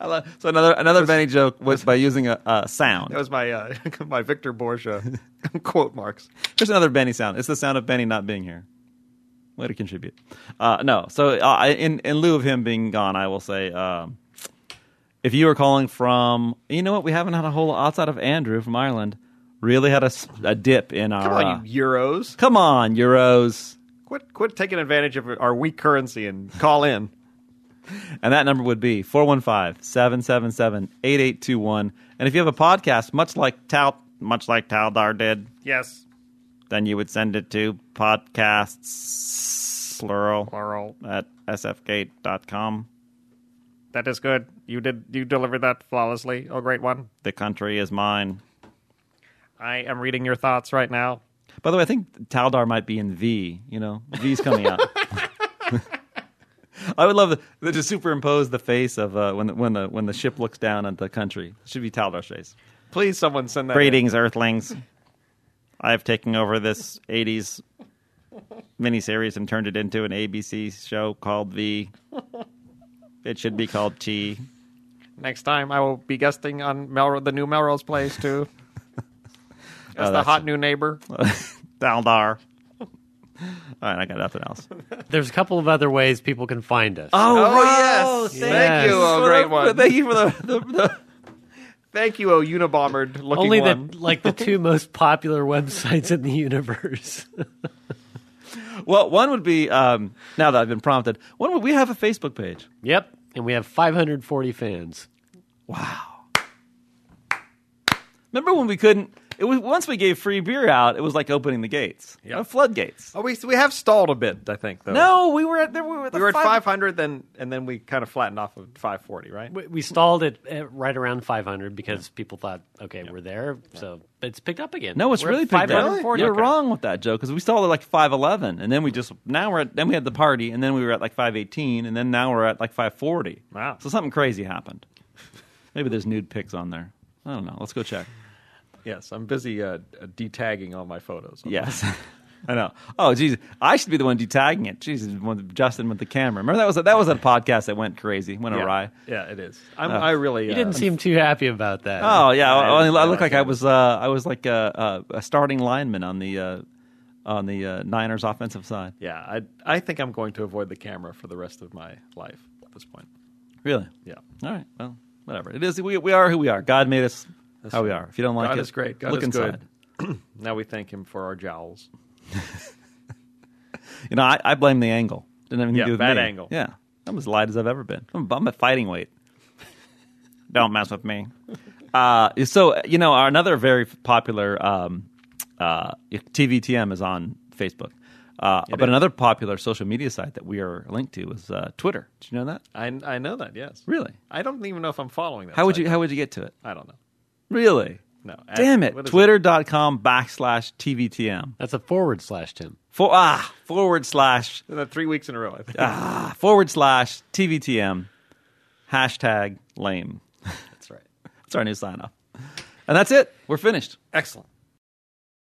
[SPEAKER 1] I love- so another another Benny joke was by using a, a sound.
[SPEAKER 4] That was my uh, my Victor Borgia quote marks.
[SPEAKER 1] Here's another Benny sound. It's the sound of Benny not being here. way to contribute. Uh, no, so uh, I- in in lieu of him being gone, I will say um, if you were calling from, you know what, we haven't had a whole outside of Andrew from Ireland. Really had a, s- a dip in our.
[SPEAKER 4] Come
[SPEAKER 1] uh,
[SPEAKER 4] on, you Euros.
[SPEAKER 1] come on, Euros,
[SPEAKER 4] Quit, quit taking advantage of our weak currency and call in.
[SPEAKER 1] and that number would be 415-777-8821. And if you have a podcast, much like Tal, much like Taldar did,
[SPEAKER 6] Yes.
[SPEAKER 1] then you would send it to podcasts plural,
[SPEAKER 6] Plural.
[SPEAKER 1] at sfgate.com.
[SPEAKER 6] That is good. You did you delivered that flawlessly. Oh great one.
[SPEAKER 1] The country is mine.
[SPEAKER 6] I am reading your thoughts right now.
[SPEAKER 1] By the way, I think Taldar might be in V. You know, V's coming out. I would love the, the, to superimpose the face of uh, when the, when the when the ship looks down at the country. It should be Taldar's face.
[SPEAKER 4] Please, someone send that. in.
[SPEAKER 1] Greetings, Earthlings. I've taken over this '80s miniseries and turned it into an ABC show called V. It should be called T.
[SPEAKER 6] Next time I will be guesting on Melrose the new Melrose place too. As the
[SPEAKER 1] that's-
[SPEAKER 6] hot new neighbor.
[SPEAKER 1] Taldar. All right, I got nothing else.
[SPEAKER 5] There's a couple of other ways people can find us.
[SPEAKER 1] Oh,
[SPEAKER 4] yes. Thank
[SPEAKER 5] Yes.
[SPEAKER 4] you, oh great one.
[SPEAKER 1] Thank you for the, the, the
[SPEAKER 4] Thank you, oh Unabombered looking
[SPEAKER 5] Only
[SPEAKER 4] one.
[SPEAKER 5] the like the two most popular websites in the universe.
[SPEAKER 1] Well, one would be um, now that I've been prompted. One would we have a Facebook page?
[SPEAKER 5] yep, and we have 540 fans.
[SPEAKER 1] Remember when we couldn't? It was once we gave free beer out. It was like opening the gates, Uh, floodgates.
[SPEAKER 4] Oh, we we have stalled a bit, I think. Though
[SPEAKER 1] No, we were at there. We were at, the
[SPEAKER 4] we were at 500, then and then we kind of flattened off at 540, right?
[SPEAKER 5] We, we stalled it at right around 500 because people thought, okay, we're there, so it's picked up again.
[SPEAKER 1] No, it's
[SPEAKER 5] We're at
[SPEAKER 1] really picked up.
[SPEAKER 5] 540.
[SPEAKER 1] You're
[SPEAKER 5] Okay.
[SPEAKER 1] wrong with that, Joe, because we stalled at like five eleven, and then we just now we're at, then we had the party, and then we were at like five eighteen, and then now we're at like five forty.
[SPEAKER 4] Wow.
[SPEAKER 1] So something crazy happened. Maybe there's nude pics on there. I don't know. Let's go check.
[SPEAKER 4] Yes, I'm busy uh, detagging all my photos.
[SPEAKER 1] Yes. I know. Oh, geez, I should be the one detagging it. Jesus, when Justin with the camera. Remember that was a, that was a podcast that went crazy, went
[SPEAKER 4] yeah.
[SPEAKER 1] awry.
[SPEAKER 4] Yeah, it is. I'm, I really.
[SPEAKER 5] You
[SPEAKER 4] uh,
[SPEAKER 5] didn't seem too happy about that.
[SPEAKER 1] Oh yeah, I, I,
[SPEAKER 4] I
[SPEAKER 1] looked like I
[SPEAKER 4] understand.
[SPEAKER 1] was uh, I was like a, a, a starting lineman on the uh, on the uh, Niners offensive side.
[SPEAKER 4] Yeah, I I think I'm going to avoid the camera for the rest of my life at this point.
[SPEAKER 1] Really?
[SPEAKER 4] Yeah.
[SPEAKER 1] All right. Well, whatever. It is. We, we are who we are. God made us how we are. If you don't like
[SPEAKER 4] God
[SPEAKER 1] it,
[SPEAKER 4] is great. God
[SPEAKER 1] look
[SPEAKER 4] is good.
[SPEAKER 1] inside.
[SPEAKER 4] Now we thank him for our jowls.
[SPEAKER 1] You know, I, I blame the angle. Didn't have anything
[SPEAKER 4] Yeah,
[SPEAKER 1] to do with
[SPEAKER 4] bad
[SPEAKER 1] me.
[SPEAKER 4] angle.
[SPEAKER 1] Yeah, I'm as light as I've ever been. I'm, I'm at fighting weight. Don't mess with me. Uh, so you know, our- another very popular um, uh, TVTM is on Facebook, uh, but another popular social media site that we are linked to is uh, Twitter. Did you know that?
[SPEAKER 4] I I know that. Yes.
[SPEAKER 1] Really?
[SPEAKER 4] I don't even know if I'm following that.
[SPEAKER 1] How would
[SPEAKER 4] site.
[SPEAKER 1] you How would you get to it?
[SPEAKER 4] I don't know.
[SPEAKER 1] Really?
[SPEAKER 4] No. At-
[SPEAKER 1] Damn it!
[SPEAKER 4] what is
[SPEAKER 1] Twitter.com backslash TVTM.
[SPEAKER 5] That's a forward slash, Tim.
[SPEAKER 1] For, ah, forward slash
[SPEAKER 4] Isn't that three weeks in a row? I think.
[SPEAKER 1] forward slash TVTM hashtag lame.
[SPEAKER 4] That's right.
[SPEAKER 1] That's our new sign off. And that's it. We're finished.
[SPEAKER 4] Excellent.